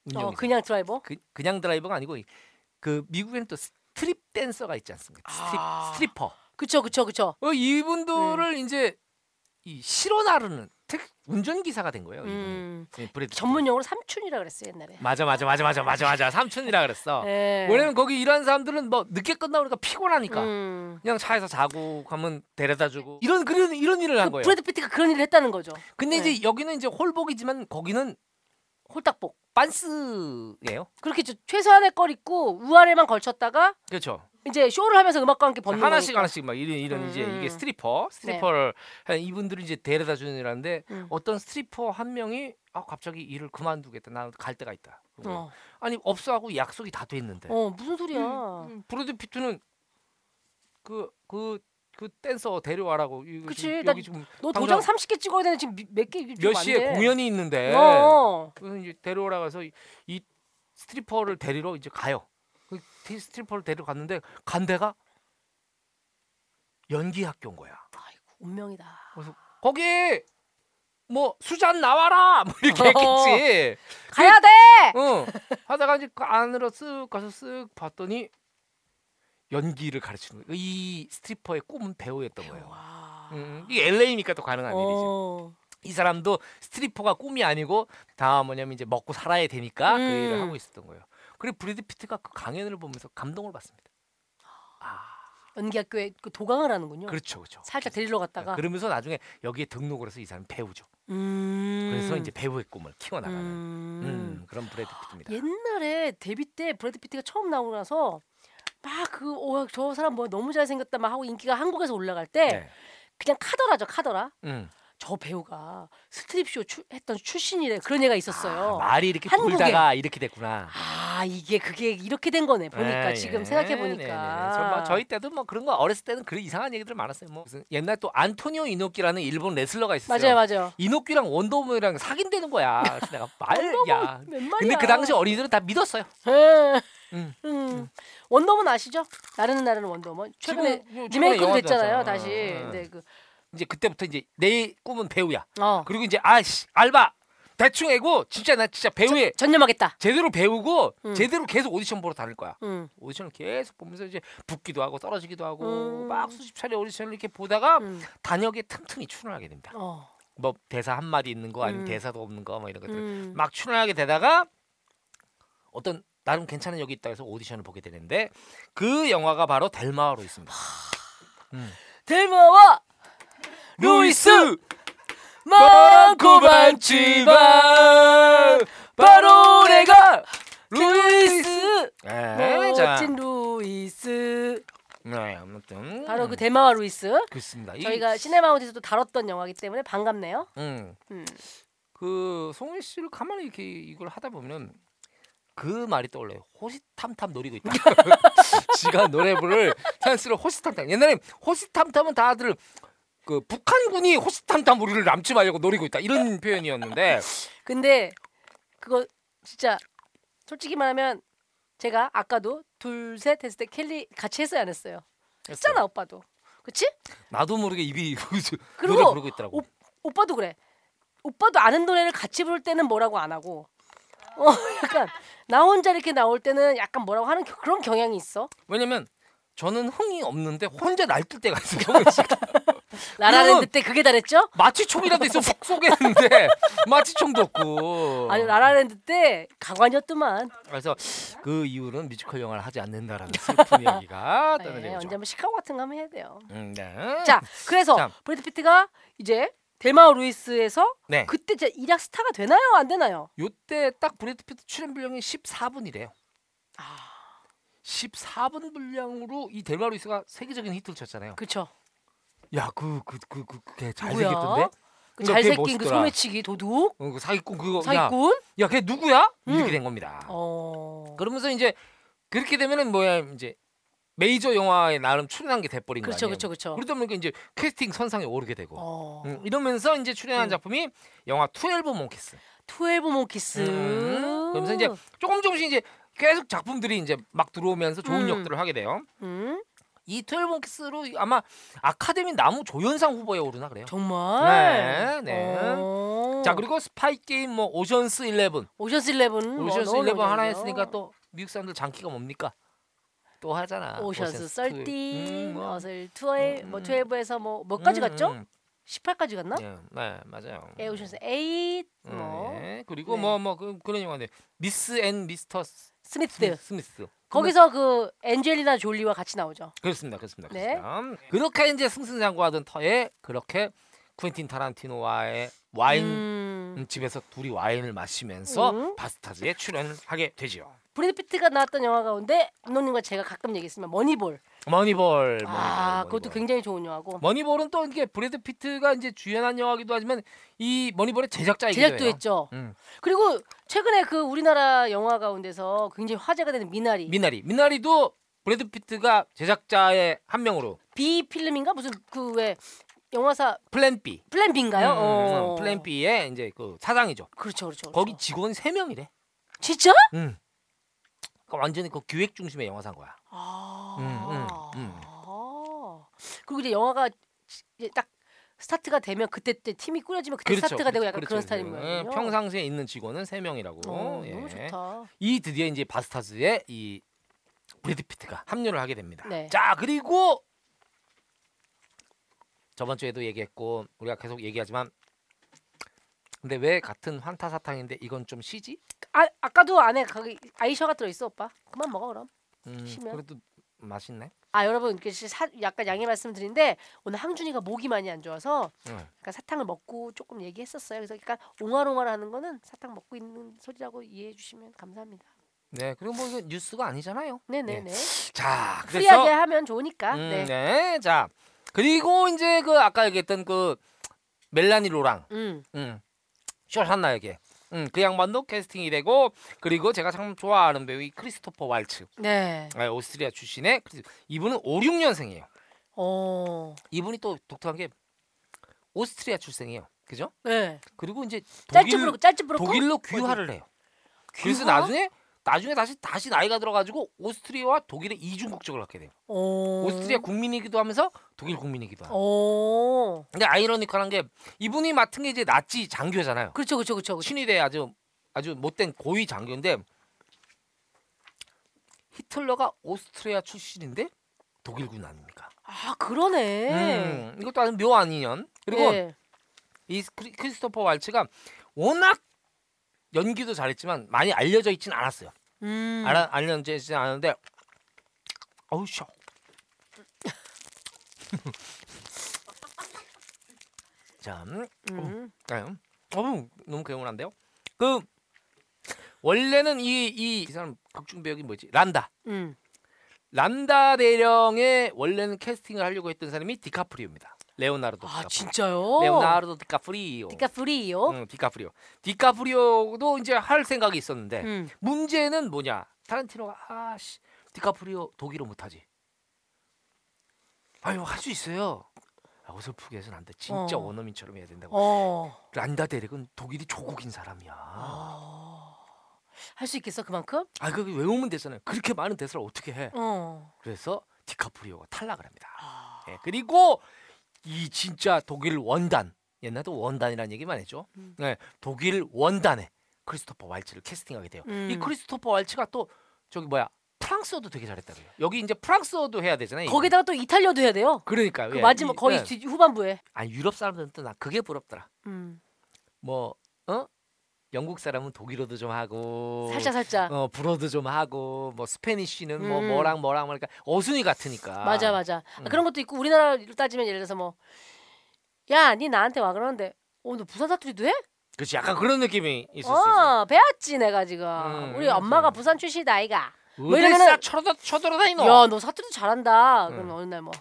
운전 어, 기사. 그냥 드라이버. 그, 그냥 드라이버가 아니고 이- 그 미국에는 또 스트립 댄서가 있지 않습니까? 스트립 아. 음. 스트리퍼. 그쵸 그쵸 그쵸. 어, 이분들을 이제 이 실어 나르는 택 운전 기사가 된 거예요. 이분이. 음. 예, 브래드 피트. 전문 용어로 삼촌이라 그랬어요 옛날에. 맞아 맞아 맞아 맞아 맞아 맞아 삼촌이라 그랬어. 예. 왜냐면 거기 일하는 사람들은 뭐 늦게 끝나오니까 피곤하니까 음. 그냥 차에서 자고 가면 데려다 주고 이런 그런 이런 일을 한 그 거예요. 브래드 피트가 그런 일을 했다는 거죠. 근데 네. 이제 여기는 이제 홀복이지만 거기는 홀딱복. 반스예요. 그렇게 저- 최소한의 걸 입고 우아래만 걸쳤다가 그렇죠. 이제 쇼를 하면서 음악과 함께 벗는 하나씩 거니까. 하나씩 막 이런 이런 이제 음, 음. 이게 스트리퍼 스트리퍼를 한 이분들이 이제 데려다 주는 일하는데 음. 어떤 스트리퍼 한 명이 아 갑자기 일을 그만두겠다 나 갈 데가 있다. 어. 아니 업소하고 약속이 다 돼 있는데 어 무슨 소리야. 음, 브래드 피트는 그 그 그 댄서 데려와라고 이거 그치, 지금 나 여기 지금 너 당장 도장 30개 찍어야 되는데 지금 몇 개 좀 몇 시에 안 돼. 공연이 있는데 어. 그래서 이제 데려오라 가서 이, 이 스트리퍼를 데리러 이제 가요. 그 티- 스트리퍼를 데리러 갔는데 간 데가 연기 학교인 거야. 아이고 운명이다. 거기 뭐 수잔 나와라 뭐 이렇게 했겠지. 가야 돼. 응. 하다가 이제 그 안으로 쓱 가서 쓱 봤더니 연기를 가르치는 거예요. 이 스트리퍼의 꿈은 배우였던 거예요. 와. 음, 이게 LA니까 또 가능한 일이죠. 어. 이 사람도 스트리퍼가 꿈이 아니고 다 뭐냐면 이제 먹고 살아야 되니까 그 음. 일을 하고 있었던 거예요. 그리고 브래드 피트가 그 강연을 보면서 감동을 받습니다. 아, 연기학교에 그 도강을 하는군요. 그렇죠, 그렇죠. 살짝 데리러 갔다가. 그러면서 나중에 여기에 등록을 해서 이 사람 은 배우죠. 음. 그래서 이제 배우의 꿈을 키워나가는 음. 음. 그런 브래드 피트입니다. 옛날에 데뷔 때 브래드 피트가 처음 나오고 나서 막그저 사람 뭐 너무 잘생겼다 막 하고 인기가 한국에서 올라갈 때 네. 그냥 카더라죠 카더라 음. 저 배우가 스트립쇼 추, 했던 출신이래 그런 얘가 있었어요 아, 말이 이렇게 한국에. 돌다가 이렇게 됐구나. 아, 아 이게 그게 이렇게 된 거네 아, 보니까 예, 지금 예. 생각해 네, 네, 네. 보니까 정말 저희 때도 뭐 그런 거 어렸을 때는 그런 이상한 얘기들 많았어요. 뭐 무슨 옛날 또 안토니오 이노키라는 일본 레슬러가 있었어요. 맞아요 맞아요 이노키랑 원더우먼이랑 사귄다는 거야. 그래서 내가 말야. 웬 말이야 근데 그 당시 어린이들은 다 믿었어요. 예. 음, 음. 원더우먼 아시죠? 나르는 나르는 원더우먼 최근에 지금 리메이크도 영화도 됐잖아요 나왔잖아. 다시 어, 어. 근데 그 이제 그때부터 이제 내 꿈은 배우야. 어. 그리고 이제 아씨 알바 대충 해고 진짜 나 진짜 배우에 전념하겠다 제대로 배우고 음. 제대로 계속 오디션 보러 다닐 거야. 음. 오디션을 계속 보면서 이제 붙기도 하고 떨어지기도 하고 음. 막 수십 차례 오디션을 이렇게 보다가 음. 단역에 틈틈이 출연하게 됩니다. 어. 뭐 대사 한 마디 있는 거 아니면 음. 대사도 없는 거 뭐 이런 것들 음. 막 출연하게 되다가 어떤 나름 괜찮은 역이 있다 해서 오디션을 보게 되는데 그 영화가 바로 델마로 있습니다. 델마와 루이스 많고 많지만 바로 내가 루이스 음. 네, 자, 멋진 루이스 네 아무튼 바로 그 대마와 루이스 그렇습니다. 이- 저희가 시네마운드에서도 다뤘던 영화이기 때문에 반갑네요. 음, 음. 그 송혜 씨를 가만히 이렇게 이걸 하다 보면은 그 말이 떠올라요. 호시탐탐 노리고 있다. [laughs] 지가 노래부를 찬스로 호시탐탐. 옛날에 호시탐탐은 다들 그 북한군이 호시탐탐 우리를 남침하려고 노리고 있다 이런 표현이었는데 근데 그거 진짜 솔직히 말하면 제가 아까도 둘 셋 했을 때 켈리 같이 했어요 안 했어요? 했잖아 오빠도. 그치? 나도 모르게 입이 [laughs] 그리고 노래 부르고 있더라고. 오, 오빠도 그래. 오빠도 아는 노래를 같이 부를 때는 뭐라고 안 하고 어 [laughs] 약간 나 혼자 이렇게 나올 때는 약간 뭐라고 하는 겨- 그런 경향이 있어. 왜냐면 저는 흥이 없는데 혼자 날뛸 때가 있어. 송혜 씨. 라라랜드 때 그게 다랬죠? [laughs] 마취총이라도 있어 훅 쏘겠는데 마취총도 없고. 아니 라라랜드 때 가관이었더만. 그래서 그 이후로는 뮤지컬 영화를 하지 않는다라는 [laughs] 슬픈 얘기가 네, 떠는 얘기죠. 언제 한번 시카고 같은 거 하면 해야 돼요. 음, 네. 자 그래서 참. 브래드 피트가 이제 델마우 루이스에서 네. 그때 진짜 일약 스타가 되나요 안 되나요? 요때 딱 브래드 피트 출연 분량이 14분이래요. 아 14분 분량으로 이 델마 루이스가 세계적인 히트를 쳤잖아요. 그쵸. 야, 그 그 그 그걔 누구야? 잘생겼던데? 그 근데 걔 잘생긴 그 멋있더라. 소매치기 도둑 어, 그 사기꾼 그거 사기꾼. 야, 야, 걔 누구야? 음. 이렇게 된 겁니다. 어. 그러면서 이제 그렇게 되면은 뭐야 이제 메이저 영화에 나름 출연한 게 돼버린 그렇죠 거 아니에요? 그렇죠 그렇죠. 그러다 보니까 이제 캐스팅 선상에 오르게 되고 어. 음, 이러면서 이제 출연한 음. 작품이 영화 12 몽키스. 트웰브 몽키스. 음. 그러면서 이제 조금 조금씩 이제 계속 작품들이 이제 막 들어오면서 좋은 음. 역들을 하게 돼요. 음? 이 트웰브 몽키스로 아마 아카데미 나무 조연상 후보에 오르나 그래요. 정말. 네, 네. 어. 자 그리고 스파이 게임 뭐 오션스 11 오션스 일레븐. 뭐 오션스 너무 11 하나 명작이에요. 했으니까 또 미국 사람들 장기가 뭡니까? 또 하잖아. 오션스 썰띠, 음, 뭐. 어슬 투엘, 뭐 음. 투엘브에서 뭐몇 가지 음, 갔죠? 음. 18까지 갔나? 네, 네, 맞아요. 에 오션스 8, 음, 뭐 네. 그리고 네. 뭐 뭐 그, 그런 영화인데 미스 앤 미스터 스- 스미스. 스미스. 스미스. 거기서 그 엔젤리나 졸리와 같이 나오죠. 그렇습니다. 그렇습니다. 네. 그렇습니다. 그렇게 이제 승승장구하던 터에 그렇게 퀸틴 타란티노와의 와인 음. 음, 집에서 둘이 와인을 마시면서 음. 바스타즈에 출연을 하게 되지요. 브래드 피트가 나왔던 영화 가운데 감독님과 제가 가끔 얘기했으면 머니볼. 머니볼. 머니볼 아, 그것도 머니볼. 굉장히 좋은 영화고. 머니볼은 또 이게 브래드 피트가 이제 주연한 영화기도 하지만 이 머니볼의 제작자이기도 제작도 해요. 했죠. 음. 그리고 최근에 그 우리나라 영화 가운데서 굉장히 화제가 되는 미나리 미나리. 미나리도 브래드 피트가 제작자의 한 명으로 B 필름인가 무슨 그 왜 영화사 플랜 B. 플랜 B인가요? 음, 어. 플랜 B의 이제 그 사장이죠. 그렇죠, 그렇죠. 그렇죠. 거기 직원이 세 명이래. 진짜? 음. 그러니까 완전히 그 기획 중심의 영화사인 거야. 아. 음, 음, 음. 아. 그리고 이제 영화가 이제 딱 스타트가 되면 그때 때 팀이 꾸려지면 그때 스타트가 되고 약간 그런 그렇죠, 스타일인 그렇죠. 거예요. 예, 평상시에 있는 직원은 세 명이라고. 어, 예. 너무 좋다. 이 드디어 이제 바스타즈에 이 브래드 피트가 합류를 하게 됩니다. 네. 자 그리고 저번 주에도 얘기했고 우리가 계속 얘기하지만 근데 왜 같은 환타 사탕인데 이건 좀 시지? 아, 아까도 안에 거기 아이셔가 들어 있어, 오빠. 그만 먹어 그럼. 음, 시면? 그래도 맛있네. 아, 여러분 이렇게 사, 약간 양해 말씀드린데 오늘 항준이가 목이 많이 안 좋아서 응. 약간 그러니까 사탕을 먹고 조금 얘기했었어요. 그래서 약간 옹알옹알하는 거는 사탕 먹고 있는 소리라고 이해해 주시면 감사합니다. 네 그리고 뭐 이거 뉴스가 아니잖아요. 네네네. 자 프리하게 그래서 하면 좋으니까. 음, 네. 네. 자 그리고 이제 그 아까 얘기했던 그 멜라니 로랑 음. 음. 쇼산나에게 음, 그 양반도 캐스팅이 되고 그리고 제가 참 좋아하는 배우 이 크리스토퍼 왈츠 네. 아, 오스트리아 출신의 크리스- 이분은 5, 6년생이에요. 어. 이분이 또 독특한 게 오스트리아 출생이에요. 그죠? 네. 그리고 이제 짤집 독일, 부르고 짤집 부르고. 어? 독일로 귀화를 해요. 그래서 귀화? 나중에 나중에 다시 다시 나이가 들어가지고 오스트리아와 독일의 이중 국적을 갖게 돼요. 어. 오. 오스트리아 국민이기도 하면서 독일 국민이기도 하고. 오. 근데 아이러니컬한 게 이분이 맡은 게 이제 나치 장교잖아요. 그렇죠, 그렇죠, 그렇죠. 그렇죠. 친위대 아주 아주 못된 고위 장교인데 히틀러가 오스트리아 출신인데 독일군 아닙니까? 아 그러네. 음, 이것도 아주 묘한 인연. 그리고 네. 이 크리- 크리스토퍼 왈츠가 워낙 연기도 잘했지만 많이 알려져 있진 않았어요. 음. 알아, 알려져 있진 않은데 어우 셔. [laughs] 자, 음, 음. 아유, 어우 너무 개운한데요. 그 원래는 이 이 사람 극중 배역이 뭐지? 란다. 음. 란다 대령의 원래는 캐스팅을 하려고 했던 사람이 디카프리오입니다. 레오나르도. 아 디카프리오. 진짜요? 레오나르도 음. 디카프리오. 디카 프리요. 응, 디카프리오. 디카프리오도 이제 할 생각이 있었는데 음. 문제는 뭐냐? 타란티노가 아씨 디카프리오 독일어 못하지. 아유 할 수 있어요. 아, 어설프게 해서는 안 돼. 진짜 어. 원어민처럼 해야 된다고. 어. 란다 대렉은 독일이 조국인 사람이야. 아. 할 수 있겠어 그만큼? 아 그게 외우면 되잖아요. 그렇게 많은 대사를 어떻게 해? 어. 그래서 디카프리오가 탈락을 합니다. 아. 예, 그리고 이 진짜 독일 원단 옛날도 원단이라는 얘기만 했죠. 음. 예, 독일 원단에 크리스토퍼 왈츠를 캐스팅하게 돼요. 음. 이 크리스토퍼 왈츠가 또 저기 뭐야 프랑스어도 되게 잘했다 그래요. 여기 이제 프랑스어도 해야 되잖아요. 거기다가 또 이탈리아도 해야 돼요. 그러니까 그 마지막 거의 뒤- 후반부에. 아 유럽 사람들은 또 나 그게 부럽더라. 음. 뭐 어? 영국 사람은 독일어도 좀 하고 살짝 살짝. 어 불어도 좀 하고 뭐 스페니쉬는 뭐 음. 뭐랑 뭐랑 뭐니까 어순이 같으니까 맞아 맞아. 아, 음. 그런 것도 있고 우리나라로 따지면 예를 들어서 뭐, 야, 니 나한테 와 그러는데, 어, 너 부산 사투리도 해? 그렇지 약간 그런 느낌이 있을 수 있어 어, 배웠지 내가 지금. 음, 우리 그렇지. 엄마가 부산 출신 아이가. 뭐 어딜 이러면은- 싹 쳐돌아, 쳐돌아다니노 야, 너 사투리도 잘한다. 어. 음. 그럼 어느 날 뭐.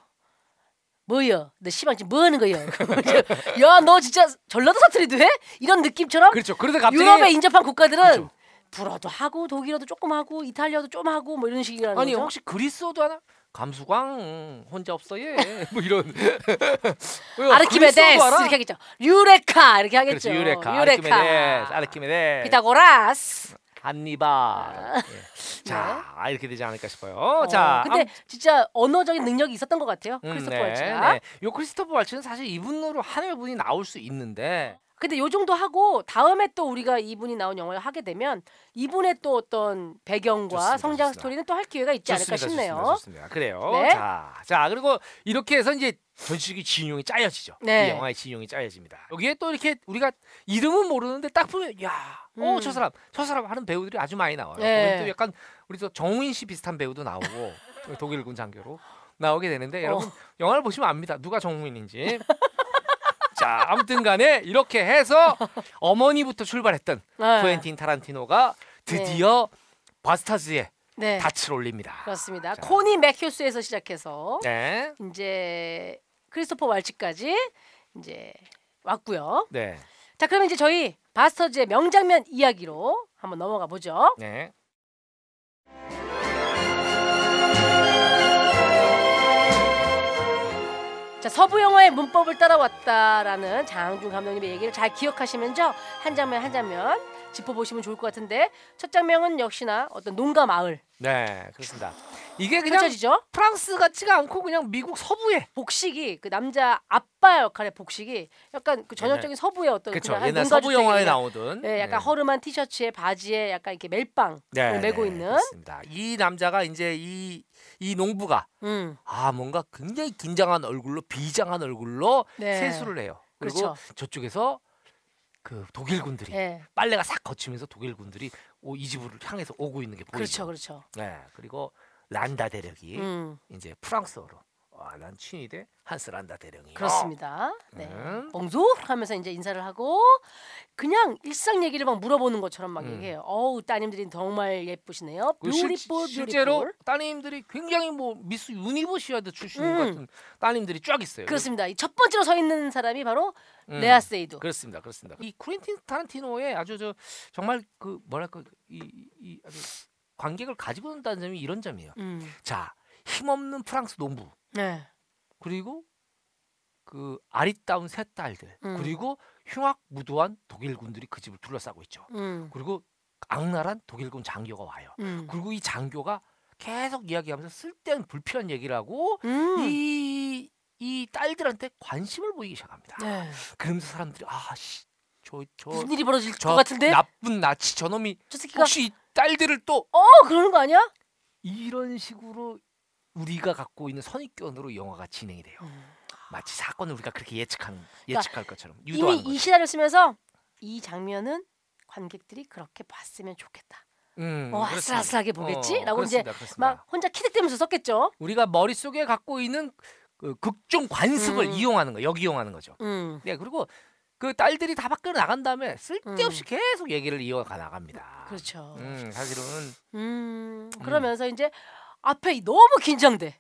뭐여? 너 시방 지금 뭐 하는 거여? [laughs] 야, 너 진짜 전라도 사투리도 해? 이런 느낌처럼 그렇죠 그런데 갑자기 유럽에 인접한 국가들은 그렇죠. 불어도 하고 독일어도 조금 하고 이탈리아도 좀 하고 뭐 이런 식이라는 아니 거죠. 혹시 그리스어도 하나? 감수광 혼자 없어 얘뭐 [laughs] 이런 [laughs] 왜요? 아르키메데스 그리스어도 알아? 이렇게 하겠죠. 유레카 이렇게 하겠죠. 그렇지 유레카 아르키메데스 아르키메데스 피타고라스. 한니발 예. 자 이렇게 되지 않을까 싶어요 자 자, 아. 네. 근데 진짜 언어적인 능력이 있었던 것 같아요. 암- 음, 크리스토퍼 네, 왈츠가. 네. 요 크리스토퍼 왈츠는 사실 이분으로 한 회분이 나올 수 있는데 근데 요 정도 하고 다음에 또 우리가 이분이 나온 영화를 하게 되면 이분의 또 어떤 배경과 좋습니다, 성장 좋습니다. 스토리는 또 할 기회가 있지 않을까 싶네요. 좋습니다, 좋습니다. 그래요. 네. 자, 자 그리고 이렇게 해서 이제 전시기 진용이 짜여지죠. 네. 이 영화의 진용이 짜여집니다. 여기에 또 이렇게 우리가 이름은 모르는데 딱 보면 야, 음. 어저 사람, 저 사람 하는 배우들이 아주 많이 나와요. 네. 거기 또 약간 우리 또 정우인 씨 비슷한 배우도 나오고 독일군 장교로 나오게 되는데 어. 여러분 영화를 보시면 압니다. 누가 정우인인지. [laughs] 자, 아무튼간에 이렇게 해서 어머니부터 출발했던 네. 쿠엔틴 타란티노가 드디어 바스타즈의 네. 닻을 올립니다. 그렇습니다. 자. 코니 맥휴스에서 시작해서 네. 이제 크리스토퍼 왈츠까지 이제 왔고요. 네. 자, 그러면 이제 저희 바스터즈의 명장면 이야기로 한번 넘어가 보죠. 네. 자, 서부 영화의 문법을 따라왔다라는 장항준 감독님의 얘기를 잘 기억하시면서 한 장면 한 장면 짚어보시면 좋을 것 같은데 첫 장면은 역시나 어떤 농가 마을 네. 그렇습니다. 이게 그냥 펼쳐지죠. 프랑스 같지가 않고 그냥 미국 서부에 복식이 그 남자 아빠 역할의 복식이 약간 그 전형적인 서부의 어떤 그렇죠. 그냥 한 옛날 농가 서부 영화에 네. 주택이나 나오던 예, 약간 허름한 티셔츠에 바지에 약간 이렇게 멜빵을 메고 있는 네. 그렇습니다. 이 남자가 이제 이, 이 농부가 음. 아 뭔가 굉장히 긴장한 얼굴로 비장한 얼굴로 네. 세수를 해요. 그리고 그렇죠. 저쪽에서 그 독일군들이 예. 빨래가 싹 거치면서 독일군들이 오, 이 집을 향해서 오고 있는 게 그렇죠. 보이죠. 그렇죠. 네. 그리고 란다 대력이 음. 이제 프랑스어로 아, 난 친이대 한스란다 대령이. 그렇습니다. 네. 음. 봉수 하면서 이제 인사를 하고 그냥 일상 얘기를 막 물어보는 것처럼 막 음. 얘기해요. 어우 따님들이 정말 예쁘시네요. 그 실- 뷰티풀 실제로 뷰티풀. 따님들이 굉장히 뭐 미스 유니버시아드 출신 음. 같은 따님들이 쫙 있어요. 그렇습니다. 이 첫 번째로 서 있는 사람이 바로 음. 레아 세이도. 그렇습니다, 그렇습니다. 이 쿠엔틴 타란티노의 아주 저 정말 그 뭐랄까 이, 이 아주 관객을 가지고 온다는 점이 이런 점이에요. 음. 자, 힘없는 프랑스 농부 네. 그리고 그 아리따운 새 딸들 음. 그리고 흉악무도한 독일군들이 그 집을 둘러싸고 있죠. 음. 그리고 악랄한 독일군 장교가 와요. 음. 그리고 이 장교가 계속 이야기하면서 쓸데없는 불필요한 얘기를 하고 음. 그 이, 이 딸들한테 관심을 보이기 시작합니다. 네. 그러면서 사람들이 아씨 저 저 무슨 일이 벌어질 저 것 같은데? 나쁜 나치 저놈이 저 새끼가 혹시 이 딸들을 또 어 그러는 거 아니야? 이런 식으로 우리가 갖고 있는 선입견으로 영화가 진행이 돼요. 음. 마치 사건을 우리가 그렇게 예측하는 예측할 것처럼 이미 유도하는 그러니까 이 거죠. 시나를 쓰면서 이 장면은 관객들이 그렇게 봤으면 좋겠다. 음, 어 그렇습니다. 아슬아슬하게 어, 보겠지라고 이제 그렇습니다, 그렇습니다. 막 혼자 키득대면서 썼겠죠. 우리가 머릿속에 갖고 있는 그 극중 관습을 음. 이용하는 거, 역이용하는 거죠. 음. 네, 그리고 그 딸들이 다 밖으로 나간 다음에 쓸데없이 음. 계속 얘기를 이어가 나갑니다. 그렇죠. 음, 음, 사실은 그러면서 이제 앞에 너무 긴장돼.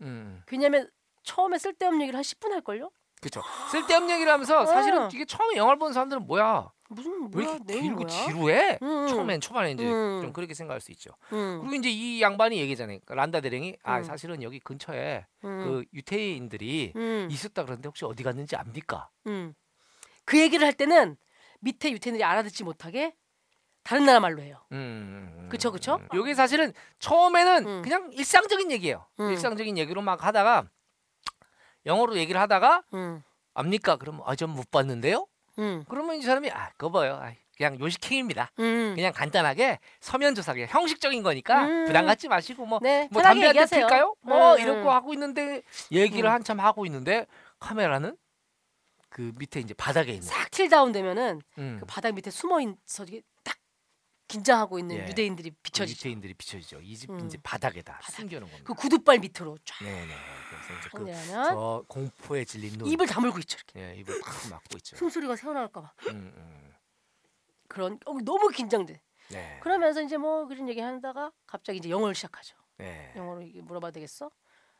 음. 왜냐면 처음에 쓸데없는 얘기를 한 10분 할 걸요? 그렇죠. 쓸데없는 얘기를 하면서 사실은 아. 어. 이게 처음에 영화를 본 사람들은 뭐야? 무슨 왜 뭐야 이렇게 내용이 길고 뭐야? 지루해? 음, 처음엔 초반에 이제 음. 좀 그렇게 생각할 수 있죠. 음, 그리고 이제 이 양반이 얘기잖아요. 그러니까 란다 대령이 아 음. 사실은 여기 근처에 음, 그 유태인들이 음, 있었다 그러는데 혹시 어디 갔는지 압니까? 음. 그 얘기를 할 때는 밑에 유태인들이 알아듣지 못하게 다른 나라 말로 해요. 음. 그쵸, 그쵸? 요게 사실은 처음에는 음. 그냥 일상적인 얘기예요. 음. 일상적인 얘기로 막 하다가 영어로 얘기를 하다가 음, 압니까? 그러면 아전 못 봤는데요. 음, 그러면 이 사람이 아 그거 봐요. 아, 그냥 요식행입니다. 음. 그냥 간단하게 서면 조사 그냥 형식적인 거니까 음. 부담 갖지 마시고 뭐, 네, 편하게 뭐 담배 한대 얘기하세요. 필까요? 뭐 음, 이런 음. 거 하고 있는데 얘기를 음. 한참 하고 있는데 카메라는 그 밑에 이제 바닥에 있는 싹 틸다운 되면은 음. 그 바닥 밑에 숨어 있어서 이게 딱 긴장하고 있는 예. 유대인들이 비춰지죠. 유태인들이 비춰지죠. 이 집 음. 그 이제 바닥에다 바닥. 숨겨놓은 겁니다. 그 구두발 밑으로 쫙 네네. 그래서 이제 그 내면 저 공포에 질린 눈. 입을 다물고 있죠. 어? 이렇게 예, 입을 탁 막고 있죠. 숨소리가 새어나올까 봐. 음, 음. 그런 어, 너무 긴장돼. 네. 그러면서 이제 뭐 그런 얘기 하다가 갑자기 이제 영어를 시작하죠. 네. 영어로 이게 물어봐도 되겠어?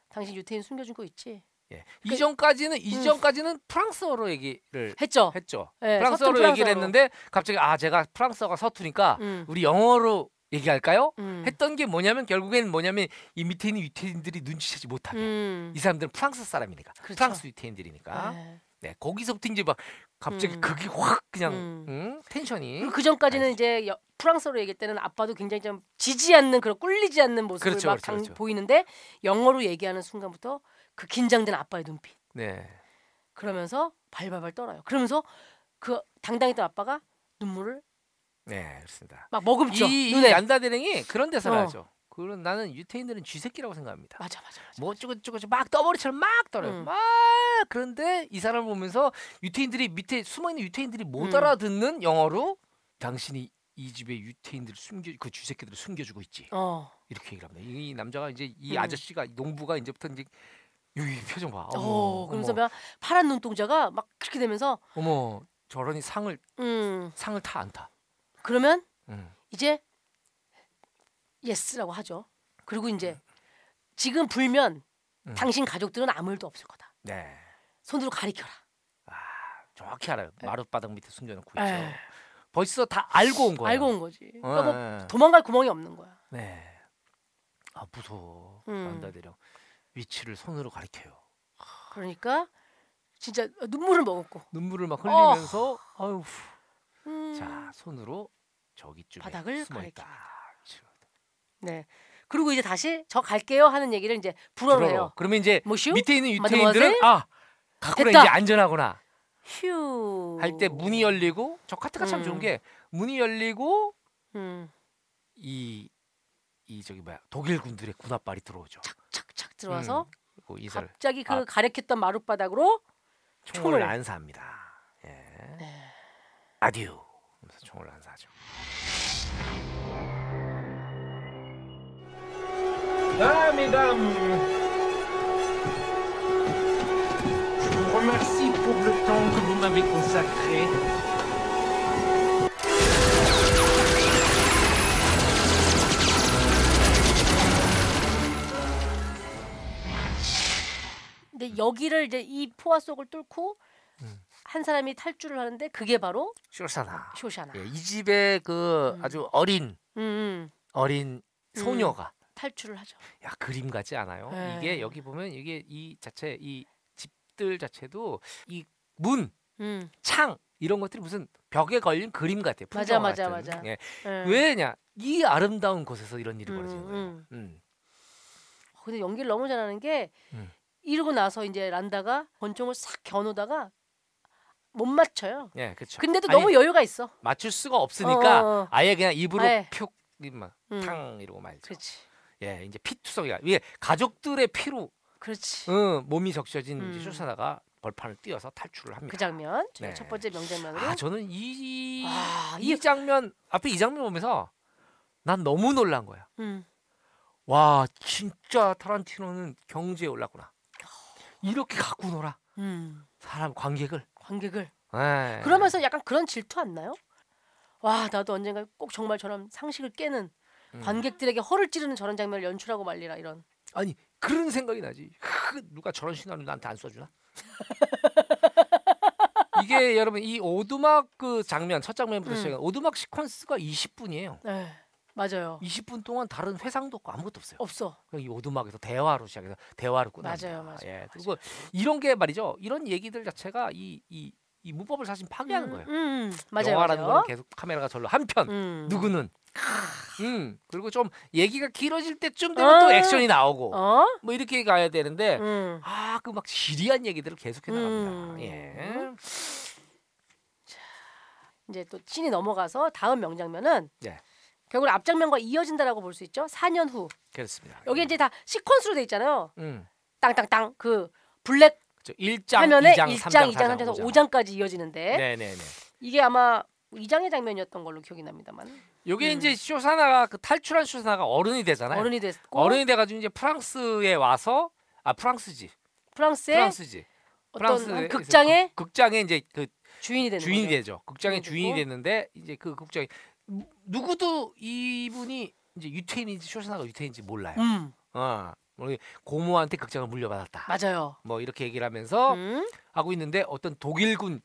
당신 유태인 숨겨준 거 있지? 예. 그 음. 이전까지는 이전까지는 프랑스어로 얘기를 했죠. 했죠. 예, 프랑스어로 서툰 얘기를 프랑스어로. 했는데 갑자기 아 제가 프랑스어가 서투니까 음. 우리 영어로 얘기할까요? 음. 했던 게 뭐냐면 결국엔 뭐냐면 이 밑에 있는 유태인들이 눈치채지 못하게 음. 이 사람들은 프랑스 사람이니까 그렇죠. 프랑스 유태인들이니까 예. 네 거기서부터 이제 막 갑자기 음. 극이 확 그냥 음. 음, 텐션이 그리고 그 전까지는 이제 여- 프랑스어로 얘기할 때는 아빠도 굉장히 좀 지지 않는 그런 꿀리지 않는 모습을 그렇죠, 막 그렇죠, 당- 그렇죠. 보이는데 영어로 얘기하는 순간부터 그 긴장된 아빠의 눈빛 네 그러면서 발발발 떨어요. 그러면서 그 당당했던 아빠가 눈물을 네 그렇습니다. 막 머금죠. 이, 이 눈에 얀다 대령이 그런 데서 어. 나죠. 그런 나는 유태인들은 쥐새끼라고 생각합니다. 맞아 맞아 맞아. 뭐 쭈구쭈구쭈 막 떠버리처럼 막 떨어요. 음. 막 그런데 이 사람을 보면서 유태인들이 밑에 숨어 있는 유태인들이 못 음. 알아듣는 영어로 당신이 이 집에 유태인들을 숨겨 그 주새끼들을 숨겨주고 있지 어. 이렇게 얘기를 합니다. 이, 이 남자가 이제 이 음. 아저씨가 이 농부가 이제부터 이제 여기 표정 봐. 어머, 어, 그러면서 어머, 막 파란 눈동자가 막 그렇게 되면서 어머 저러니 상을 음 상을 타 안 타. 그러면 음. 이제 예스라고 하죠. 그리고 이제 지금 불면 음. 당신 가족들은 아무 일도 없을 거다. 네. 손으로 가리켜라. 아 정확히 알아요. 네. 마룻바닥 밑에 숨겨놓고 있죠. 에이. 벌써 다 알고 온 거예요. 네. 알고 온 거지. 어, 그러니까 뭐 예, 예. 도망갈 구멍이 없는 거야. 네. 아 무서워. 음. 안다 대령 위치를 손으로 가리켜요. 그러니까 진짜 눈물을 먹었고. 눈물을 막 흘리면서 어. 아유. 음, 자 손으로 저기쯤에 바닥을 숨어 있다. 네. 그리고 이제 다시 저 갈게요 하는 얘기를 이제 불어로 불어로. 해요. 뭐, 그러면 이제 모슈 밑에 있는 마드모아셀? 유태인들은 아 가꾸라 됐다. 이제 안전하구나 휴. 할 때 문이 열리고 저 카트가 참 음. 좋은 게 문이 열리고 음, 이. 이 저기 뭐야 독일 군들의 군합발이 들어오죠. 착착 들어와서 음, 그리고 이 사람 갑자기 그 아. 가리켰던 마룻바닥으로 총을 총을. 안사합니다. 예. 네. 아디오. 하면서 총을 안사죠. Ah, mesdames remercie pour le temps que vous m'avez consacré. 음. 근데 여기를 이제 이 포화 속을 뚫고 한 사람이 탈출을 하는데 그게 바로 쇼샤나. 쇼샤나. 예, 이 집의 그 음. 아주 어린 음, 음. 어린 소녀가 탈출을 하죠. 야 그림 같지 않아요? 네. 이게 여기 보면 이게 이 자체 이 집들 자체도 이 문 음. 창 이런 것들이 무슨 벽에 걸린 그림 같아요. 맞아, 풍경 맞아, 같은. 맞아. 예. 예. 왜냐? 이 아름다운 곳에서 이런 일이 음, 벌어지는 거예요. 음. 음. 어, 근데 연기를 너무 잘하는 게 음. 이러고 나서 이제 란다가 권총을 싹 겨누다가 못 맞춰요. 예, 그렇죠. 근데도 아니, 너무 여유가 있어. 맞출 수가 없으니까 어, 어, 어. 아예 그냥 입으로 아예. 푹 입만 음. 탕 이러고 말죠. 그렇지. 예, 이제 피투성이가 이게 가족들의 피로 그렇지. 어, 몸이 적셔진 음. 이제 쇼사나가 벌판을 뛰어서 탈출을 합니다. 그 장면. 저희 네. 첫 번째 명장면으로. 아 저는 이, 아, 이 이- 장면 앞에 이 장면 보면서 난 너무 놀란 거야. 음. 와 진짜 타란티노는 경제에 올랐구나. 이렇게 갖고 놀아 음. 사람 관객을. 관객을 예. 그러면서 약간 그런 질투 안 나요? 와 나도 언젠가 꼭 정말 저런 상식을 깨는 음. 관객들에게 허를 찌르는 저런 장면을 연출하고 말리라 이런 아니 그런 생각이 나지. 흐, 누가 저런 신화를 나한테 안 [laughs] 써주나? 이게 여러분 이 오두막 그 장면 첫 장면부터 음. 시작 오두막 시퀀스가 20분이에요. 네, 맞아요 20분 동안 다른 회상도 없고 아무것도 없어요. 없어 그냥 이 오두막에서 대화로 시작해서 대화를 꾸납니다. 맞아요, 맞아요, 예, 그리고 이런 게 말이죠. 이런 얘기들 자체가 이 이 이 문법을 사실 파괴하는 거예요. 음, 음, 맞아요 영화라는 맞아요. 거는 계속 카메라가 절로 한편 음. 누구는 음 그리고 좀 얘기가 길어질 때쯤 되면 또 아. 액션이 나오고 어? 뭐 이렇게 가야 되는데 음. 아 그 막 시리한 얘기들을 계속해 나갑니다. 음. 예. 이제 또 신이 넘어가서 다음 명장면은 네. 결국 앞장면과 이어진다라고 볼 수 있죠 4년 후 그렇습니다. 여기 이제 다 시퀀스로 돼 있잖아요 음. 땅땅땅 그 블랙 그렇죠. 1장, 화면에 2장, 1장, 3장, 2장, 4장, 3장에서 5장. 5장까지 이어지는데 네, 네, 네. 이게 아마 2장의 장면이었던 걸로 기억이 납니다만 요게 음. 이제 쇼사나가 그 탈출한 쇼사나가 어른이 되잖아요. 어른이 됐고 네. 어른이 돼가지고 이제 프랑스에 와서 아 프랑스지 프랑스의 프랑스지 네? 어떤 프랑스에서 한 극장의 극- 극장에 이제 그 주인이 되는 주인이 거죠. 되죠 극장의 주인이 주인이 되고. 됐는데 이제 그 극장이 누- 누구도 이분이 이제 유태인인지 쇼사나가 유태인인지 몰라요 음 어 우리 고모한테 극장을 물려받았다 맞아요. 뭐 이렇게 얘기를 하면서 음, 하고 있는데 어떤 독일군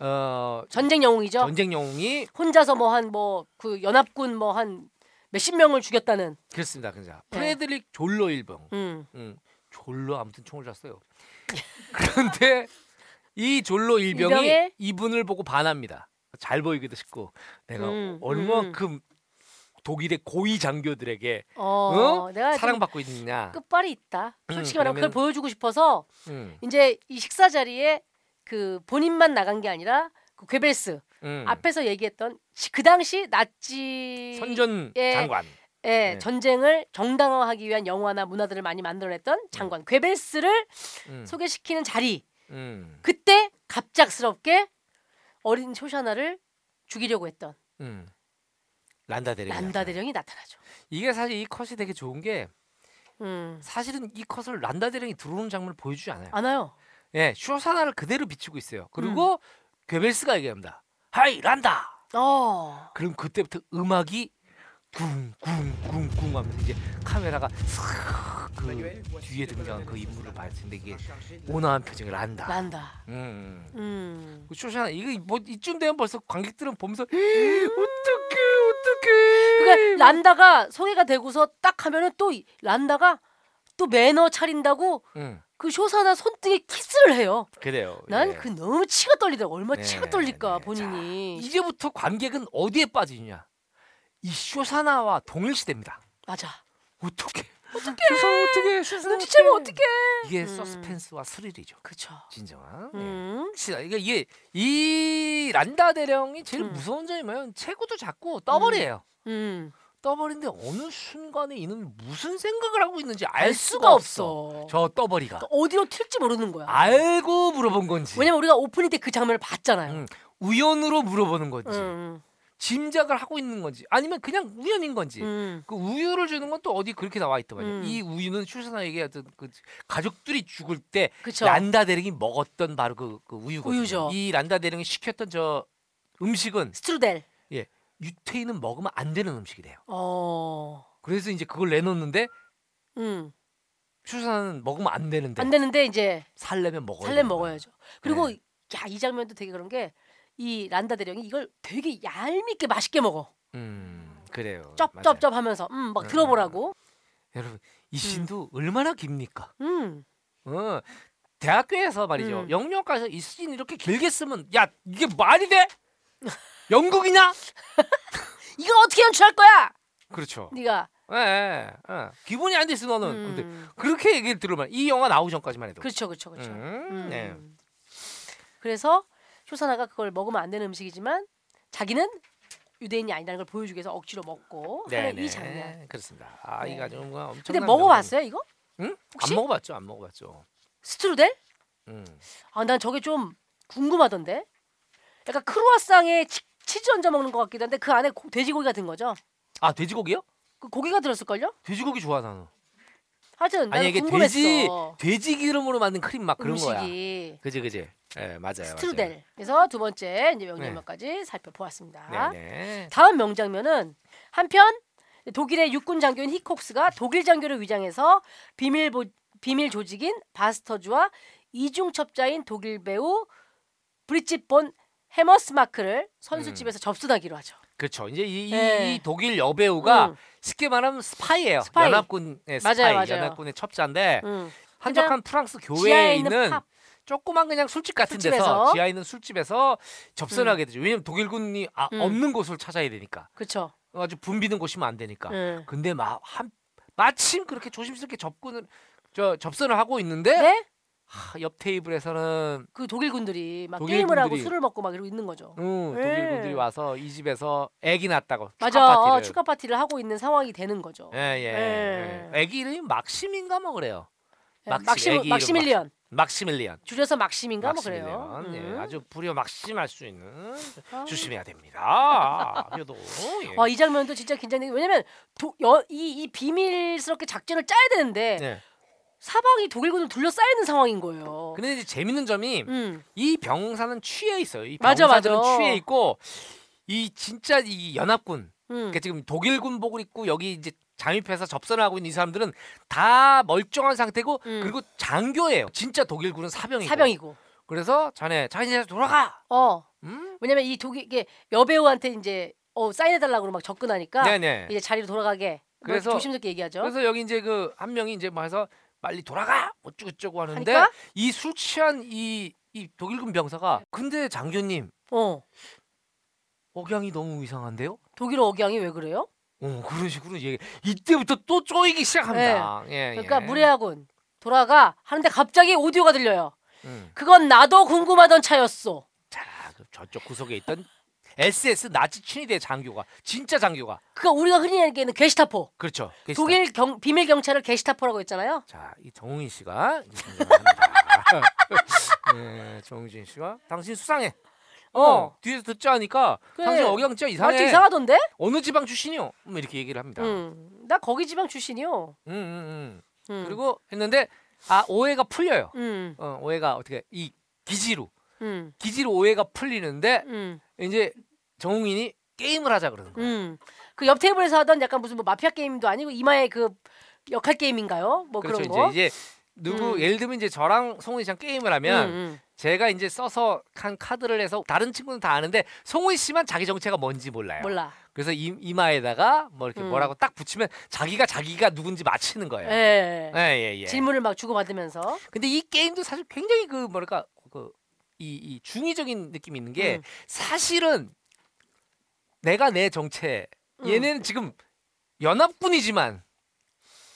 어 전쟁 영웅이죠. 전쟁 영웅이 혼자서 뭐 한 뭐 그 연합군 뭐 한 몇십 명을 죽였다는. 그렇습니다 그냥 네. 프레드릭 졸로 일병 음. 응. 졸로 아무튼 총을 쐈어요. [laughs] 그런데 이 졸로 일병이 일병의- 이분을 보고 반합니다. 잘 보이기도 싶고 내가 음, 얼만큼 독일의 고위 장교들에게 어, 어? 내가 그 사랑 사랑받고 있느냐. 끝발이 있다. 솔직히 음, 말하면 그걸 그러면- 보여주고 싶어서 응, 이제 이 식사 자리에 그 본인만 나간 게 아니라 그 괴벨스 응. 앞에서 얘기했던 시- 그 당시 나치 선전 예. 장관. 예, 네. 전쟁을 정당화하기 위한 영화나 문화들을 많이 만들어냈던 음. 장관 괴벨스를 응, 소개시키는 자리. 응, 그때 갑작스럽게 어린 쇼샤나를 죽이려고 했던 응. 음. 네, 란다 대령. 란다 대령이 나타나죠. 이게 사실 이 컷이 되게 좋은 게 음. 사실은 이 컷을 란다 대령이 들어오는 장면을 보여주지 않아요. 안 와요. 예, 슈사나를 그대로 비추고 있어요. 그리고 음. 괴벨스가 얘기합니다. 하이 란다. 어. 그럼 그때부터 음악이 쿵쿵쿵쿵 하면서 이제 카메라가 슥그 뒤에 등장한 그 인물을 봤는데 이게 온화한 표정을 한다. 란다. 음. 음. 그 쇼샤나 이거 뭐 이쯤 되면 벌써 [gasps] 관객들은 보면서 어떡해 어떡해. 그러니까 란다가 소개가 되고서 딱 하면은 또 이- 란다가 또 매너 차린다고 음, 그 쇼사나 손등에 키스를 해요. 그래요. 난 예. 그 너무 치가 떨리더라고. 얼마 나 네, 치가 떨릴까 네. 본인이. 이제부터 관객은 어디에 빠지냐? 이 쇼사나와 동일시됩니다. 맞아. 음, 어떻게? 어떻게? 쇼사나 어떻게? 쇼사나 눈치채면 어떡해. 이게 음. 서스펜스와 스릴이죠. 그쵸. 진정한. 예. 음. 진짜 이게 이게 이 란다 대령이 제일 음. 무서운 점이 뭐냐면 체구도 작고 떠버리예요. 음. 떠버리인데 어느 순간에 이는 무슨 생각을 하고 있는지 알, 알 수가 없어. 저 떠버리가 어디로 튈지 모르는 거야. 알고 물어본 건지 왜냐면 우리가 오프닝 때 그 장면을 봤잖아요. 음, 우연으로 물어보는 건지 음, 짐작을 하고 있는 건지 아니면 그냥 우연인 건지 음. 그 우유를 주는 건 또 어디 그렇게 나와 있더만요. 음. 이 우유는 출산아에게 어떤 그 가족들이 죽을 때 그쵸. 란다 대령이 먹었던 바로 그, 그 우유거든요. 우유죠. 이 란다 대령이 시켰던 저 음식은 스트루델. 유태인은 먹으면 안 되는 음식이래요. 어. 그래서 이제 그걸 내놓는데 음. 출산은 먹으면 안 되는데 안 되는데 이제 살려면 먹어야 살렘 되는 네. 거예요. 먹어야죠. 그리고 네. 야, 이 장면도 되게 그런 게 이 란다 대령이 이걸 되게 얄밉게 맛있게 먹어. 음 그래요. 맞아요. 쩝쩝쩝 하면서 음, 막 음. 들어보라고. 여러분 이 신도 얼마나 깁니까? 음. 어, 대학교에서 말이죠. 음. 영문학과에서 이 시인 이렇게 길게 쓰면 야 이게 말이 [laughs] 돼? 영국이냐? 이걸 어떻게 연출할 거야? 그렇죠. 네가. 예, 예, 예. 기본이 안 돼 있어 너는. 근데 음. 그렇게 얘기를 들으면 이 영화 나오기 전까지만 해도. 그렇죠. 그렇죠. 그렇죠. 음, 음. 네. 그래서 효사나가 그걸 먹으면 안 되는 음식이지만 자기는 유대인이 아니라는 걸 보여주기 위해서 억지로 먹고 네, 하는 이 장면. 그렇습니다. 아, 네. 이거 아주 뭔가 엄청난 근데 먹어봤어요 이거? 명품. 응? 혹시? 안 먹어봤죠. 안 먹어봤죠. 스트루델? 음. 아 난 저게 좀 궁금하던데. 약간 크루아상에 치, 치즈 얹어 먹는 것 같기도 한데 그 안에 고- 돼지고기가 든 거죠? 아 돼지고기요? 그 고기가 들었을걸요? 돼지고기 좋아 나는. 하여튼 음, 나는 아니 이게 돼지 궁금했어. 돼지 기름으로 만든 크림 막 그런 거야. 음식이 그지 그지. 예 맞아요. 스트루델. 그래서 두 번째 이제 명장면까지 살펴보았습니다. 맞아요. 네. 네네. 다음 명장면은 한편 독일의 육군 장교인 히콕스가 독일 장교를 위장해서 비밀 보, 비밀 조직인 바스터즈와 이중 첩자인 독일 배우 브릿짓 본 헤머스마크를 음. 선수집에서 접수하기로 하죠. 그렇죠. 이제 이, 이- 네. 이 독일 여배우가 음. 쉽게 말하면 스파이예요. 스파이. 연합군 예, 스파이, 맞아요, 맞아요. 연합군의 첩자인데 음. 한적한 프랑스 지하에 교회에 있는 있는 팝. 조그만 그냥 술집 같은 술집에서. 데서 지하에 있는 술집에서 접선을 음. 하게 되죠. 왜냐면 독일군이 아, 음. 없는 곳을 찾아야 되니까 그렇죠. 아주 붐비는 곳이면 안 되니까. 음. 근데 마, 한, 마침 그렇게 조심스럽게 접근을 저 접선을 하고 있는데 네? 하, 옆 테이블에서는 그 독일 군들이 막 독일 게임을 하고 군들이- 술을 먹고 막 이러고 있는 거죠. 음, 네. 독일군들이 와서 이 집에서 애기 낳았다고 맞아. 축하 어, 파티를 축하 파티를 하고 있는 상황이 되는 거죠. 예, 예, 예. 예. 애기 이름이 막심인가 뭐 그래요. 예, 막시- 막시, 애기 이름 막시밀리언 막시밀리안. 줄여서 막심인가 뭐 그래요. 막시밀리안. 예, 음. 아주 불효 막심할 수 있는 아. 어, [laughs] 조심해야 됩니다. 그래도 예. 와 이 장면도 진짜 긴장되는 게 왜냐면 도, 여, 이, 이 비밀스럽게 작전을 짜야 되는데 예. 사방이 독일군을 둘러싸여 있는 상황인 거예요. 근데 이제 재밌는 점이 음, 이 병사는 취해 있어요. 이 맞아, 병사들은 맞아. 취해 있고 이 진짜 이 연합군, 음. 그러니까 지금 독일군복을 입고 여기 이제 잠입해서 접선하고 있는 이 사람들은 다 멀쩡한 상태고 음. 그리고 장교예요. 진짜 독일군은 사병이고. 사병이고. 그래서 자네 자기 자리 돌아가. 어 음? 왜냐면 이 독일 이게 여배우한테 이제 어 사인해달라고 막 접근하니까 네네. 이제 자리로 돌아가게. 뭐 그래서- 조심스럽게 얘기하죠. 그래서 여기 이제 그 한 명이 이제 뭐 해서 빨리 돌아가 어쩌고저쩌고 하는데 하니까? 이 술 취한 이, 이 독일군 네. 병사가 근데 장교님 어 억양이 너무 이상한데요? 독일 억양이 왜 그래요? 어 그런 식으로 얘기 이때부터 또 쪼이기 시작합니다. 예, 그러니까 예. 무례하군 돌아가 하는데 갑자기 오디오가 들려요. 음. 그건 나도 궁금하던 차였소. 자, 그 저쪽 구석에 있던 SS 나치 친위대 장교가 진짜 장교가 그니까 우리가 흔히 얘기하는 게시타포. 그렇죠. 그래서 독일 경, 비밀 경찰을 게시타포라고 했잖아요. 자, 이 정웅인 씨가 이제 등장을 합니다. [laughs] 예, 정웅진 씨가 당신 수상해. 어, 어. 뒤에서 듣자 하니까 그래. 당신 억양 진짜 이상해. 완전 아, 이상하던데? 어느 지방 출신이요? 뭐 이렇게 얘기를 합니다. 음. 음, 나 거기 지방 출신이요. 음, 음. 음. 그리고 했는데 아 오해가 풀려요. 음, 어, 오해가 어떻게 이 기지로 음, 기지로 오해가 풀리는데 음, 이제 정웅인이 게임을 하자 그러는 거예요. 음. 그 옆 테이블에서 하던 약간 무슨 뭐 마피아 게임도 아니고 이마의 그 역할 게임인가요? 뭐 그렇죠. 런 거. 이제 이제 누구 음. 예를 들면 이제 저랑 송은 씨랑 게임을 하면 음, 제가 이제 써서 한 카드를 해서 다른 친구는 다 아는데 송은 씨만 자기 정체가 뭔지 몰라요. 음. 몰라. 그래서 이, 이마에다가 뭐 이렇게 음. 뭐라고 딱 붙이면 자기가 자기가 누군지 맞히는 거예요. 예. 예, 예, 어. 예. 질문을 막 주고 받으면서. 근데 이 게임도 사실 굉장히 그 뭐랄까 그 이, 이 중의적인 느낌이 있는 게 음. 사실은 내가 내 정체 음. 얘는 지금 연합군이지만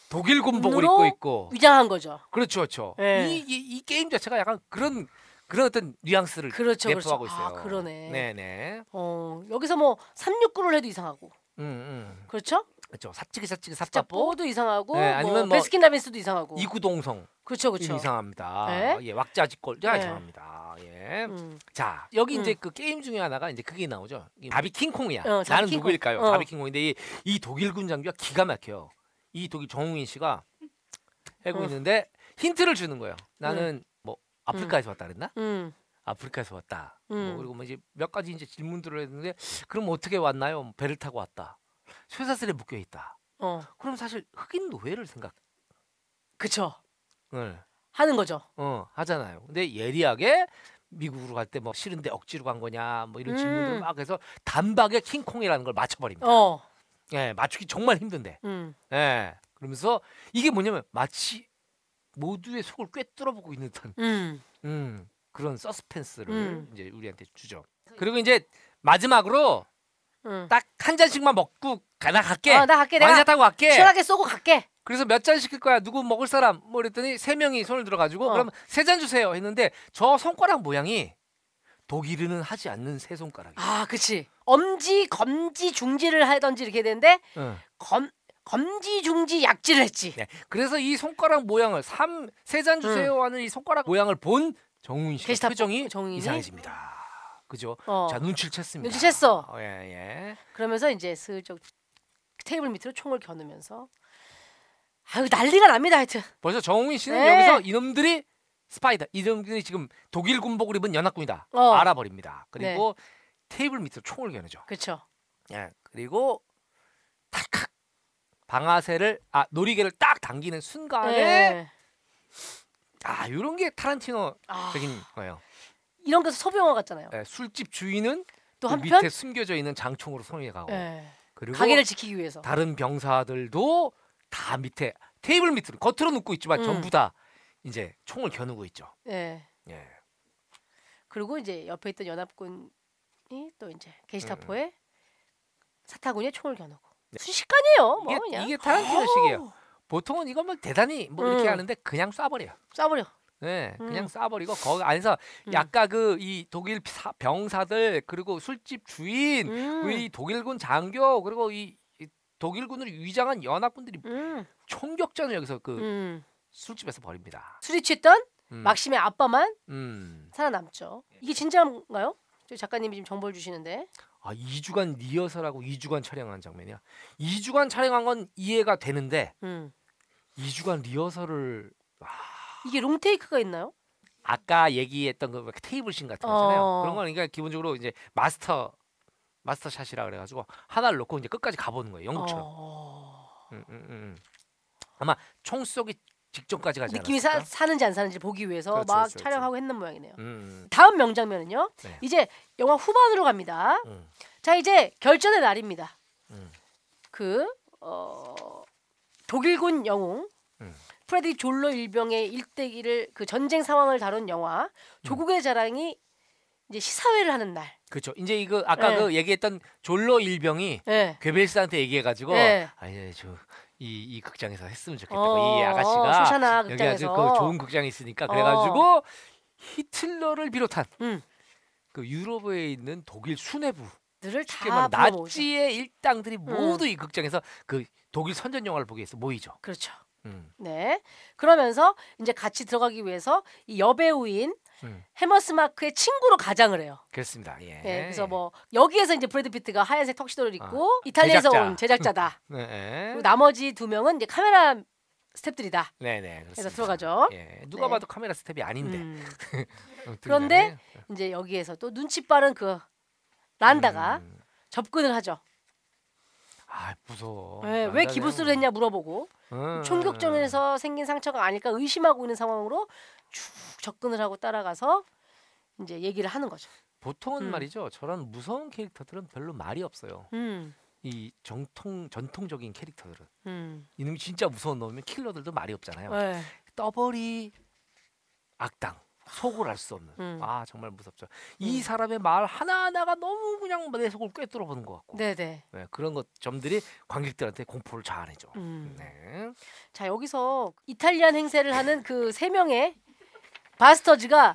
독일 군복을 눈으로 입고 있고 위장한 거죠. 그렇죠 그렇죠 음, 어? 예. 이, 이, 이 게임 자체가 약간 그런 그런 어떤 뉘앙스를 그렇죠, 내포하고 그렇죠. 있어요 아, 그러네. 네네 어, 여기서 뭐 369를 해도 이상하고. 음, 음. 그렇죠? 그렇죠. 사치기 사치기 진짜 삽바보 뽀도 이상하고 네, 아니면 뭐 뭐 베스킨라빈스도 이상하고. 이구동성 그렇죠, 그렇죠. 이상합니다. 네. 예, 왁자지껄 네. 네. 이상합니다. 예. 음. 자 여기 이제 음. 그 게임 중에 하나가 이제 그게 나오죠. 이게 바비킹콩이야. 어, 나는 바비킹콩. 누구일까요? 어. 바비킹콩인데 이, 이 독일군 장비가 기가 막혀요. 이 독일 정웅인 씨가 하고 어. 있는데 힌트를 주는 거예요. 나는 뭐 아프리카에서 왔다 그랬나? 음. 아프리카에서 왔다. 음. 뭐 그리고 뭐 이제 몇 가지 이제 질문들을 했는데 그럼 어떻게 왔나요? 뭐 배를 타고 왔다. 쇠사슬에 묶여 있다. 어. 그럼 사실 흑인 노예를 생각을 그렇죠. 하는 거죠. 어, 하잖아요. 근데 예리하게 미국으로 갈 때 뭐 싫은데 억지로 간 거냐 뭐 이런 질문들을 음. 막 해서 단박에 킹콩이라는 걸 맞춰버립니다. 어. 예, 맞추기 정말 힘든데. 음. 예. 그러면서 이게 뭐냐면 마치 모두의 속을 꿰뚫어보고 있는 듯한 음. 음, 그런 서스펜스를 음. 이제 우리한테 주죠. 그리고 이제 마지막으로 음. 딱 한 잔씩만 먹고 가나 갈게. 어, 나 갈게. 내가 왕자 타고 갈게. 시원하게 쏘고 갈게. 그래서 몇 잔 시킬 거야? 누구 먹을 사람? 뭐 이랬더니 세 명이 손을 들어가지고 어. 그럼 세 잔 주세요 했는데 저 손가락 모양이 독일은 하지 않는 세 손가락이. 아, 그렇지. 엄지, 검지, 중지를 하던지 이렇게 되는데 응. 검 검지, 중지, 약지를 했지. 네. 그래서 이 손가락 모양을 삼 세 잔 주세요 하는 이 손가락 모양을 본 정훈 씨 게시타 표정이 정훈이? 이상해집니다. 그죠? 어. 자 눈치를 챘습니다. 눈치 챘어. 어, 예 예. 그러면서 이제 슬쩍 테이블 밑으로 총을 겨누면서 아유 난리가 납니다 하여튼 벌써 정훈 씨는 네. 여기서 이놈들이 스파이다. 이놈들이 지금 독일 군복을 입은 연합군이다. 어. 네. 알아버립니다. 그리고 테이블 밑으로 총을 겨누죠. 그렇죠 예. 그리고 탁탁 방아쇠를 아 놀이개를 딱 당기는 순간에 예. 아 이런 게 타란티노적인 아, 거예요. 이런 게서 소비 영화 같잖아요 예, 술집 주인은 또 그 한편 밑에 숨겨져 있는 장총으로 손에 가고 예. 그리고 가게를 지키기 위해서 다른 병사들도 다 밑에 테이블 밑으로 겉으로 눕고 있지만 음. 전부 다 이제 총을 겨누고 있죠. 예. 예. 그리고 이제 옆에 있던 연합군이 또 이제 게시타포에 사타구니에 총을 겨누고 네. 순식간이에요 뭐 이게, 그냥 이게 타란티노식이에요. 보통은 이거면 대단히 뭐 이렇게 아. 음. 하는데 그냥 쏴버려요. 쏴버려 네, 그냥 음. 쏴버리고 거기 안에서 음. 약간 그 이 독일 사- 병사들 그리고 술집 주인 음. 그리고 이 독일군 장교 그리고 이, 이 독일군을 위장한 연합군들이 음. 총격전을 여기서 그 음. 술집에서 벌입니다. 술이 취했던 음, 막심의 아빠만 음. 살아남죠 이게 진짜인가요? 저 작가님이 지금 정보를 주시는데 아 2주간 리허설하고 2주간 촬영한 장면이야. 2주간 촬영한 건 이해가 되는데 음. 2주간 리허설을 이게 롱테이크가 있나요? 아까 얘기했던 그 테이블 씬 같은 거잖아요. 어. 그런 거는 그러니까 기본적으로 이제 마스터 마스터 샷이라 그래가지고 하나를 놓고 이제 끝까지 가보는 거예요. 영국처럼. 어... 음, 음, 음, 음. 아마 총 쏘기 직전까지 가지 느낌이 사, 않았을까? 사는지 안 사는지 보기 위해서 그렇죠, 막 그렇죠, 그렇죠. 촬영하고 했는 모양이네요. 음, 다음 명장면은요. 네. 이제 영화 후반으로 갑니다. 음, 자 이제 결전의 날입니다. 음. 그 어, 독일군 영웅 음. 프레디 졸로 일병의 일대기를 그 전쟁 상황을 다룬 영화 음. 조국의 자랑이 이제 시사회를 하는 날. 그렇죠. 이제 이거 아까 네. 그 얘기했던 졸로 일병이 예. 괴벨스한테 얘기해가지고 네. 아니 예, 저이 이 극장에서 했으면 좋겠다. 어, 그 이 어, 아가씨가 쇼샤나 여기 아주 극장에서 어. 그 좋은 극장이 있으니까 그래가지고 히틀러를 비롯한 음. 그 유럽에 있는 독일 수뇌부 들을 쉽게 다 말하면 불러모으죠. 음. 나치의 일당들이 모두 이 극장에서 그 독일 선전 영화를 보기 위해서 모이죠. 그렇죠. 음. 네. 그러면서 이제 같이 들어가기 위해서 이 여배우인 음. 해머스마크의 친구로 가장을 해요. 그렇습니다. 예. 예. 그래서 뭐 여기에서 이제 브래드 피트가 하얀색 턱시도를 입고 이탈리아에서 제작자. 온 제작자다. 네, 네. 그리고 나머지 두 명은 이제 카메라 스탭들이다. 네네. 그래서 들어가죠. 예, 누가 네. 봐도 카메라 스텝이 아닌데. 음. 어, 그런데 들어가네. 이제 여기에서 또 눈치 빠른 그 란다가 음. 접근을 하죠. 아 무서워. 예, 왜 기부스를 했냐 물어보고 음. 총격전에서 생긴 상처가 아닐까 의심하고 있는 상황으로 쭉 접근을 하고 따라가서 이제 얘기를 하는 거죠. 보통은 음. 말이죠. 저런 무서운 캐릭터들은 별로 말이 없어요. 음, 이 정통 전통적인 캐릭터들은 음, 이놈이 진짜 무서운 놈이면 킬러들도 말이 없잖아요. 예. 떠벌이 악당 속을 알 수 없는. 음. 아 정말 무섭죠. 이 음. 사람의 말 하나 하나가 너무 그냥 내 속을 꿰뚫어 보는 것 같고. 네, 네. 네, 그런 것 점들이 관객들한테 공포를 자아내죠. 음. 네. 자 여기서 이탈리안 행세를 하는 그 세 명의 바스터즈가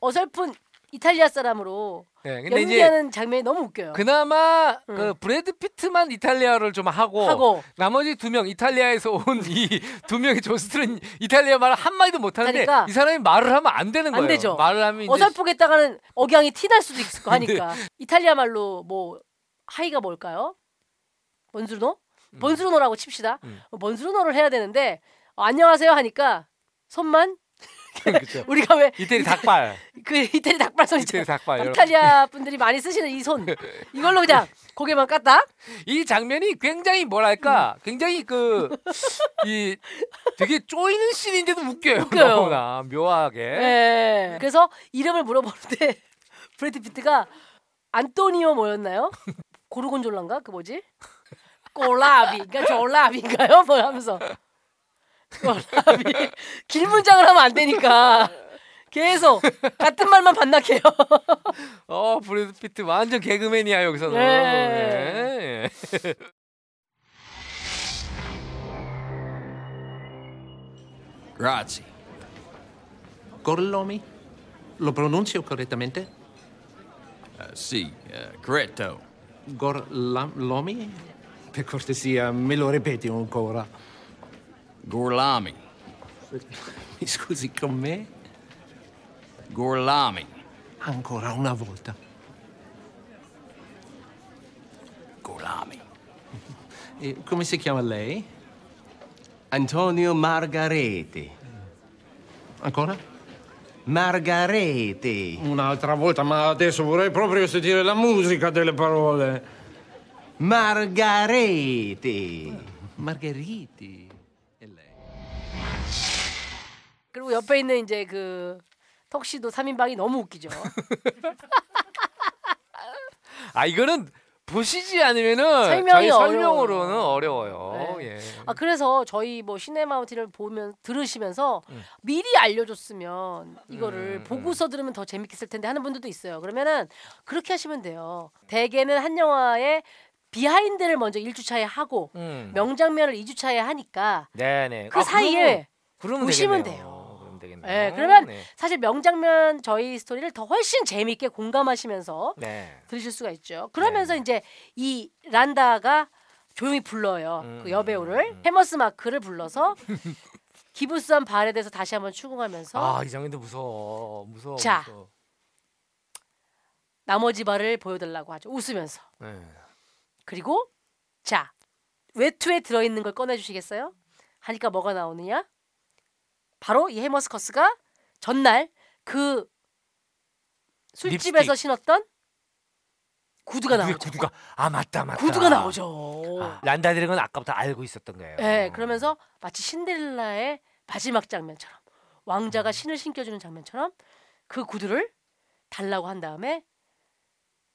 어설픈 이탈리아 사람으로 네, 근데 이제 연기하는 장면이 너무 웃겨요. 그나마 음. 그 브래드 피트만 이탈리아를 좀 하고, 하고 나머지 두 명 이탈리아에서 온 이 두 명의 조스트는 이탈리아 말을 한 마디도 못 하는데 그러니까 이 사람이 말을 하면 안 되는 안 거예요. 되죠. 말을 하면 이제 어설프겠다가는 억양이 티 날 수도 있을 거 하니까 이탈리아 말로 뭐 하이가 뭘까요? 번스르노? 음. 번스르노라고 칩시다. 음. 어, 번스르노를 해야 되는데 어, 안녕하세요 하니까 손만 [laughs] 그렇죠. 우리가 왜 그 이태리 닭발, 이태리 닭발손 이태리 있잖아요. 닭발. 여러분. 이탈리아 분들이 많이 쓰시는 이 손 이걸로 그냥 고개만 깠다. 이 장면이 굉장히 음. 뭐랄까 굉장히 [laughs] 그 이 되게 쪼이는 씬인데도 웃겨요. 웃겨요. 너무나 묘하게. 예. 그래서 이름을 물어보는데 [laughs] 브래드 피트가 안토니오 뭐였나요? 고르곤졸라인가 그 뭐지? 꼴라비인가 그러니까 졸라비인가요? 뭐 하면서 꼴라비 [laughs] 길 문장을 하면 안 되니까 계속 같은 말만 반납해요. [laughs] 어 브래드 피트 완전 개그맨이야 여기서는. 예. 예. Grazie. Corlomi? Lo pronuncio correttamente? Sì, eh, corretto. Gorlomi? Per cortesia, me lo ripeti ancora. Gorlami. Mi scusi con me? Gorlami. Ancora una volta. Gorlami. E come si chiama lei? Antonio Margarete. Ancora? Margarete. Un'altra volta, ma adesso vorrei proprio sentire la musica delle parole. Margarete. Margheriti. E lei? 그리고 옆에 있는 이제 그 턱시도 3인방이 너무 웃기죠. 아 이거는 보시지 않으면은 설명이 저희 어려워요. 설명으로는 어려워요. 네. 예. 아 그래서 저희 뭐 시네마우티를 보면 들으시면서 음. 미리 알려줬으면 이거를 보고서 들으면 더 재밌겠을 텐데 하는 분들도 있어요. 그러면은 그렇게 하시면 돼요. 대개는 한 영화의 비하인드를 먼저 1주차에 하고 음. 명장면을 2주차에 하니까 네네. 아, 그 사이에 그러면, 보시면 되겠네요. 돼요. 그러면 되겠네요. 예, 그러면 네. 사실 명장면 저희 스토리를 더 훨씬 재밌게 공감하시면서 네. 들으실 수가 있죠. 그러면서 이제 이 란다가 조용히 불러요. 그 음, 여배우를 헤머스 마크를 [laughs] 불러서 기부스한 발에 대해서 다시 한번 추궁하면서 아이 장면도 무서워. 무서워. 자. 무서워. 나머지 발을 보여달라고 하죠. 웃으면서 네. 그리고 자 외투에 들어있는 걸 꺼내주시겠어요? 하니까 뭐가 나오느냐? 바로 이 헤머스커스가 전날 그 술집에서 립스틱. 신었던 구두가 구두- 나오죠. 구두가 아 맞다 맞다. 구두가 나오죠. 아, 란다들은 아까부터 알고 있었던 거예요. 예, 그러면서 마치 신데렐라의 마지막 장면처럼 음. 왕자가 신을 신겨주는 장면처럼 그 구두를 달라고 한 다음에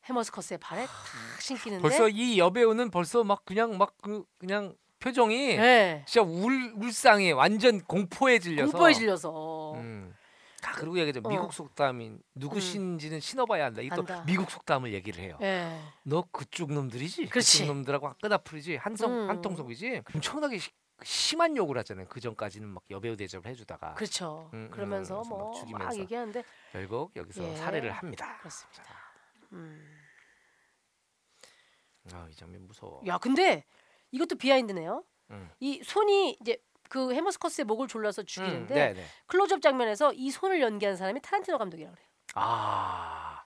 헤머스커스의 발에 탁 신기는데 벌써 이 여배우는 벌써 막 그냥 막 그 그냥 표정이 예, 진짜 울 울상해 완전 공포에 질려서 공포에 질려서 음. 아, 그리고 얘기죠 어. 음. 미국 속담인 누구신지는 신어봐야 한다. 이또 안다. 미국 속담을 얘기를 해요. 예, 너 그쪽 놈들이지. 그렇지. 그쪽 놈들하고 끄다풀이지. 한성 음. 한통속이지. 엄청나게 시- 심한 욕을 하잖아요. 그 전까지는 막 여배우 대접을 해주다가 그렇죠. 음, 음, 그러면서 그래서 막 뭐 막 죽이면서. 얘기하는데 결국 여기서 예. 살해를 합니다. 그렇습니다. 음. 아, 이 장면 무서워. 야, 근데 이것도 비하인드네요. 음. 이 손이 이제 그 헤머스커스의 목을 졸라서 죽이는데 네, 네. 클로즈업 장면에서 이 손을 연기한 사람이 타란티노 감독이라고 그래요. 아,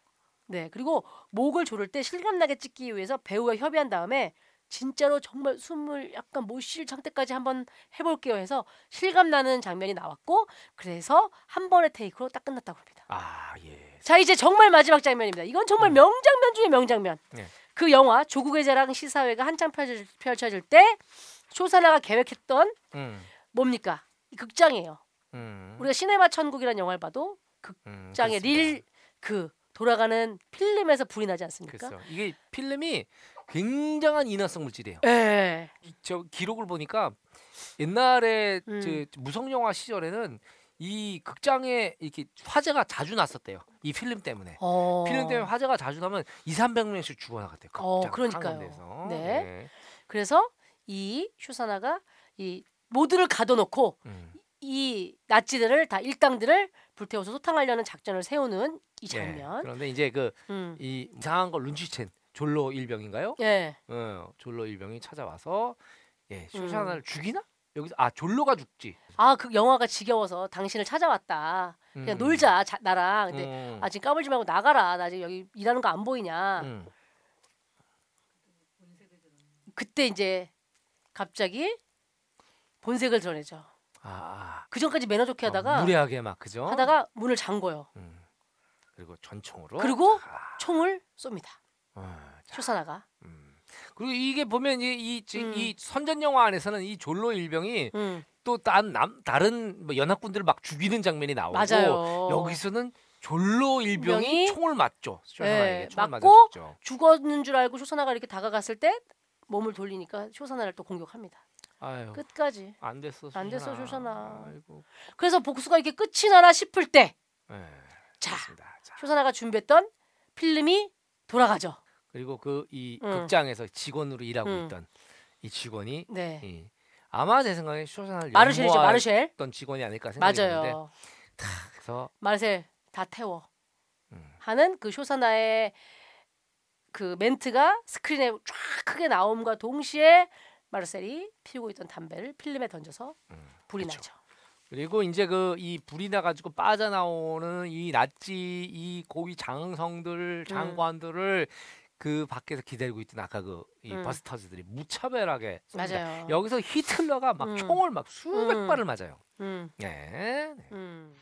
네, 그리고 목을 조를 때 실감나게 찍기 위해서 배우와 협의한 다음에 진짜로 정말 숨을 약간 못 쉴 상태까지 한번 해볼게요 해서 실감나는 장면이 나왔고 그래서 한 번의 테이크로 딱 끝났다고 합니다. 아 예. 자 이제 정말 마지막 장면입니다. 이건 정말 명장면 중에 명장면. 음. 네. 그 영화 조국의 자랑 시사회가 한창 펼쳐질, 펼쳐질 때 쇼사나가 계획했던 음, 뭡니까 이 극장이에요. 음, 우리가 시네마 천국이라는 영화를 봐도 음, 극장의 그렇습니다. 릴 그 돌아가는 필름에서 불이 나지 않습니까? 글쎄요. 그렇죠. 이게 필름이 굉장한 인화성 물질이에요. 예. 이- 저 기록을 보니까 옛날에 음. 저 무성 영화 시절에는 이 극장에 이렇게 화재가 자주 났었대요. 이 필름 때문에. 어. 필름 때문에 화재가 자주 나면 2, 300명씩 죽어나갔대요. 극장 어, 그러니까요. 한군데서. 네. 그래서 이 쇼사나가 이 모두를 가둬놓고 음. 이 나치들을 다 일당들을 불태워서 소탕하려는 작전을 세우는 이 장면. 예, 그런데 이제 그 이 음. 이상한 걸 눈치챈 졸로 일병인가요? 예. 어, 졸로 일병이 찾아와서 음. 예, 쇼샤나를 죽이나? 여기서 아 졸로가 죽지. 아 그 영화가 지겨워서 당신을 찾아왔다. 그냥 음. 놀자 자, 나랑. 근데 음. 아 지금 까불지 말고 나가라. 나 지금 여기 일하는 거 안 보이냐. 음. 그때 이제 갑자기 본색을 드러내죠. 아, 그 전까지 매너 좋게 아. 하다가 어, 무례하게 막 그죠? 하다가 문을 잠궈요. 그리고 전총으로 그리고 자, 총을 쏩니다. 어, 자. 쇼사나가. 그리고 이게 보면 이, 이, 지- 음. 이 선전 영화 안에서는 이 졸로 일병이 음, 또딴남 다른 뭐 연합군들을 막 죽이는 장면이 나오고 맞아요. 여기서는 졸로 일병이 일병이 총을 맞죠. 예, 쇼사나에게 총을 맞아 맞고 죽죠. 죽었는 줄 알고 쇼사나가 이렇게 다가갔을 때 몸을 돌리니까 쇼사나를 또 공격합니다. 아유, 끝까지. 안 됐어. 그 안 됐어, 쇼사나. 아이고. 그래서 복수가 이렇게 끝이 나나 싶을 때, 예. 자 그렇습니다. 자. 쇼사나가 준비했던 필름이 돌아가죠. 그리고 그 이 음. 극장에서 직원으로 일하고 음. 있던 이 직원이 네. 이 아마 제 생각에 쇼사나를 마르쉘이죠, 마르쉘. 했던 직원이 아닐까 생각이 드는데 맞아요. 그래서 마르셀 다 태워 음. 하는 그 쇼사나의 그 멘트가 스크린에 쫙 크게 나옴과 동시에 마르셀이 피우고 있던 담배를 필름에 던져서 음, 불이 나죠. 그리고 이제 그 이 불이 나가지고 빠져나오는 이 낫지 이 고위 음. 장성들 장관들을 그 밖에서 기다리고 있던 아까 그 이 음. 버스터즈들이 무차별하게 쏩니다. 맞아요. 여기서 히틀러가 막 음. 총을 막 수백 음. 발을 맞아요. 음, 예. 네. 음.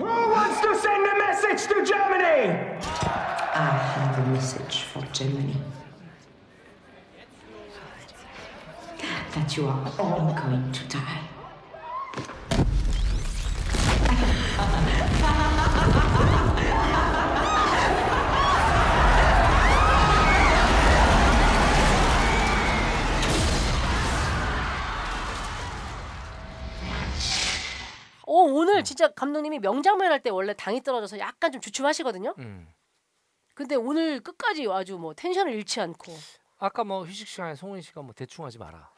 Who wants to send a message to Germany? I have a message for Germany. That you are all going to die. 어, 오 오늘 음. 진짜 감독님이 명장면 할 때 원래 당이 떨어져서 약간 좀 주춤하시거든요. 음. 근데 오늘 끝까지 아주 뭐 텐션을 잃지 않고 아까 뭐 휴식 시간에 송은 씨가 뭐 대충 하지 마라.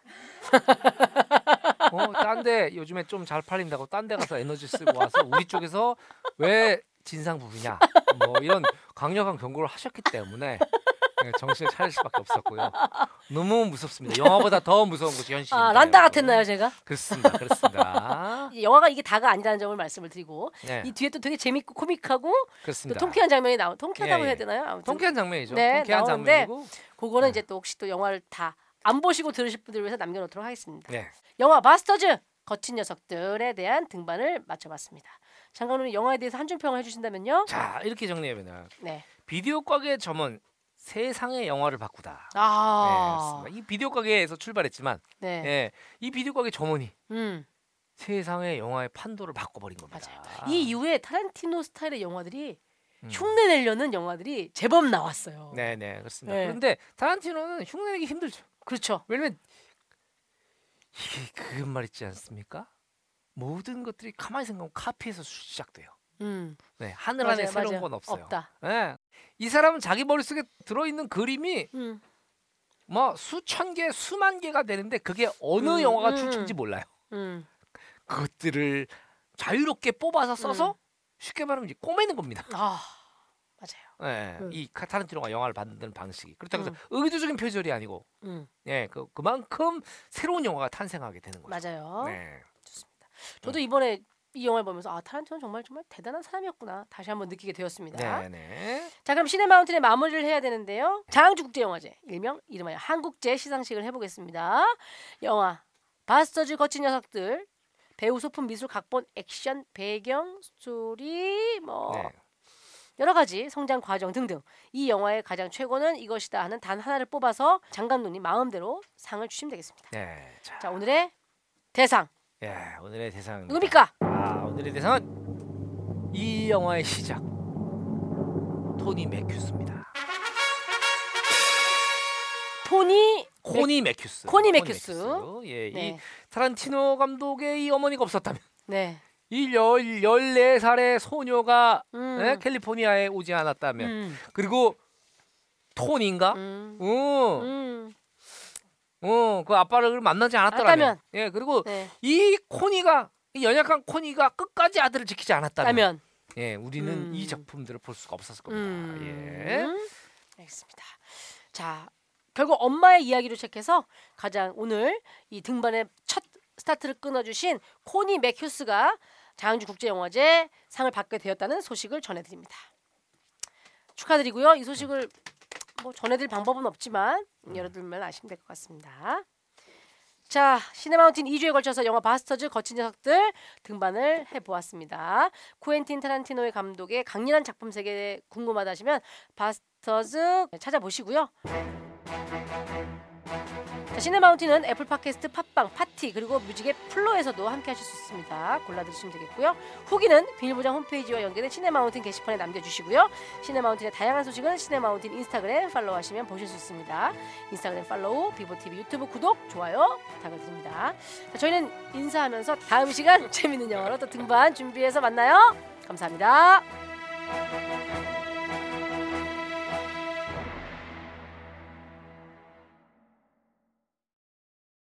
어, 딴데 요즘에 좀 잘 팔린다고 딴 데 가서 에너지 쓰고 와서 우리 쪽에서 왜 진상 부부냐 뭐 이런 강력한 경고를 하셨기 때문에 예, 정신을 차릴 수밖에 없었고요. 너무 무섭습니다. 영화보다 더 무서운 것이 현실입니다. 아 란다 여러분. 같았나요 제가? 그렇습니다. 그렇습니다. 이 영화가 이게 다가 아니라는 점을 말씀을 드리고 네. 이 뒤에 또 되게 재밌고 코믹하고 또 그렇습니다. 통쾌한 장면이 나오 통쾌하다고 예, 예. 해야 되나요? 아무튼 통쾌한 장면이죠. 네, 통쾌한 나오는데- 장면이고. 어. 그거는 이제 또 혹시 또 영화를 다 안 보시고 들으실 분들을 위해서 남겨놓도록 하겠습니다. 네. 영화 마스터즈 거친 녀석들에 대한 등반을 마쳐봤습니다. 장관님 영화에 대해서 한 줄 평을 [laughs] 해주신다면요? 자 이렇게 정리해보면 네. 비디오 가게 점은 세상의 영화를 바꾸다. 네, 아. 그렇습니다. 이 비디오 가게에서 출발했지만 네. 예, 이 비디오 가게 점원이 음. 세상의 영화의 판도를 바꿔버린 겁니다. 맞아요. 이 이후에 타란티노 스타일의 영화들이 흉내 내려는 영화들이 제법 나왔어요. 음. 네네 그렇습니다. 네. 그런데 타란티노는 흉내내기 힘들죠. 그렇죠. 왜냐면 이게 그런 말 있지 않습니까? 모든 것들이 가만히 생각하면 카피에서 시작돼요. 음. 네, 하늘 맞아요, 안에 새로운 맞아요. 건 없어요. 없다. 예. 이 사람은 자기 머릿속에 들어있는 그림이 음. 뭐 수천 개, 수만 개가 되는데 그게 어느 음, 영화가 음, 출처인지 음. 몰라요. 음. 그것들을 자유롭게 뽑아서 써서 음. 쉽게 말하면 이제 꼬매는 겁니다. [laughs] 아. 맞아요. 예, 음. 이 타란티노가 영화를 만드는 방식이 그렇다고 해서 의도적인 표절이 아니고 음. 예, 그 그만큼 새로운 영화가 탄생하게 되는 거죠. 맞아요. 네. 저도 음. 이번에 이 영화를 보면서 아 타란티노 정말 정말 대단한 사람이었구나 다시 한번 느끼게 되었습니다. 네, 네. 자 그럼 시네마운틴의 마무리를 해야 되는데요. 장항주 국제영화제 일명 이름하여 한국제 시상식을 해보겠습니다. 영화 바스터즈 거친 녀석들 배우 소품 미술 각본 액션 배경 스토리 뭐 네. 여러 가지 성장 과정 등등 이 영화의 가장 최고는 이것이다 하는 단 하나를 뽑아서 장 감독님 마음대로 상을 주시면 되겠습니다. 네. 자, 자 오늘의 대상 예, 오늘의 대상 누굽니까? 아, 오늘의 대상은 이 영화의 시작 토니 맥큐스입니다. 네. 토니 코니 맥큐스. 코니 맥큐스. 예, 네. 이 타란티노 감독의 이 어머니가 없었다면 네. 이열 열네 살의 소녀가 음. 예, 캘리포니아에 오지 않았다면 음. 그리고 톤인가? 음. 어, 음. 어, 그 아빠를 만나지 않았더라면. 않았다면. 예, 그리고 네. 이 코니가 이 연약한 코니가 끝까지 아들을 지키지 않았다면. 라면. 예, 우리는 음. 이 작품들을 볼 수가 없었을 겁니다. 예. 음. 알겠습니다. 자, 결국 엄마의 이야기로 시작해서 가장 오늘 이 등반의 첫 스타트를 끊어주신 코니 맥휴스가 장항주 국제영화제 상을 받게 되었다는 소식을 전해드립니다. 축하드리고요. 이 소식을 뭐 전해드릴 방법은 없지만 음. 여러분만 아시면 될 것 같습니다. 자, 시네마운틴 2주에 걸쳐서 영화 바스터즈 거친 녀석들 등반을 해보았습니다. 쿠엔틴 타란티노의 감독의 강렬한 작품 세계에 궁금하다 하시면 바스터즈 찾아보시고요. 자, 시네마운틴은 애플 팟캐스트, 팟빵, 파티 그리고 뮤직의 플로에서도 함께 하실 수 있습니다. 골라드시면 되겠고요. 후기는 비밀보장 홈페이지와 연계된 시네마운틴 게시판에 남겨주시고요. 시네마운틴의 다양한 소식은 시네마운틴 인스타그램 팔로우하시면 보실 수 있습니다. 인스타그램 팔로우, 비보TV 유튜브 구독, 좋아요 부탁드립니다. 자, 저희는 인사하면서 다음 [laughs] 시간 재밌는 영화로 또 등반 준비해서 만나요. 감사합니다.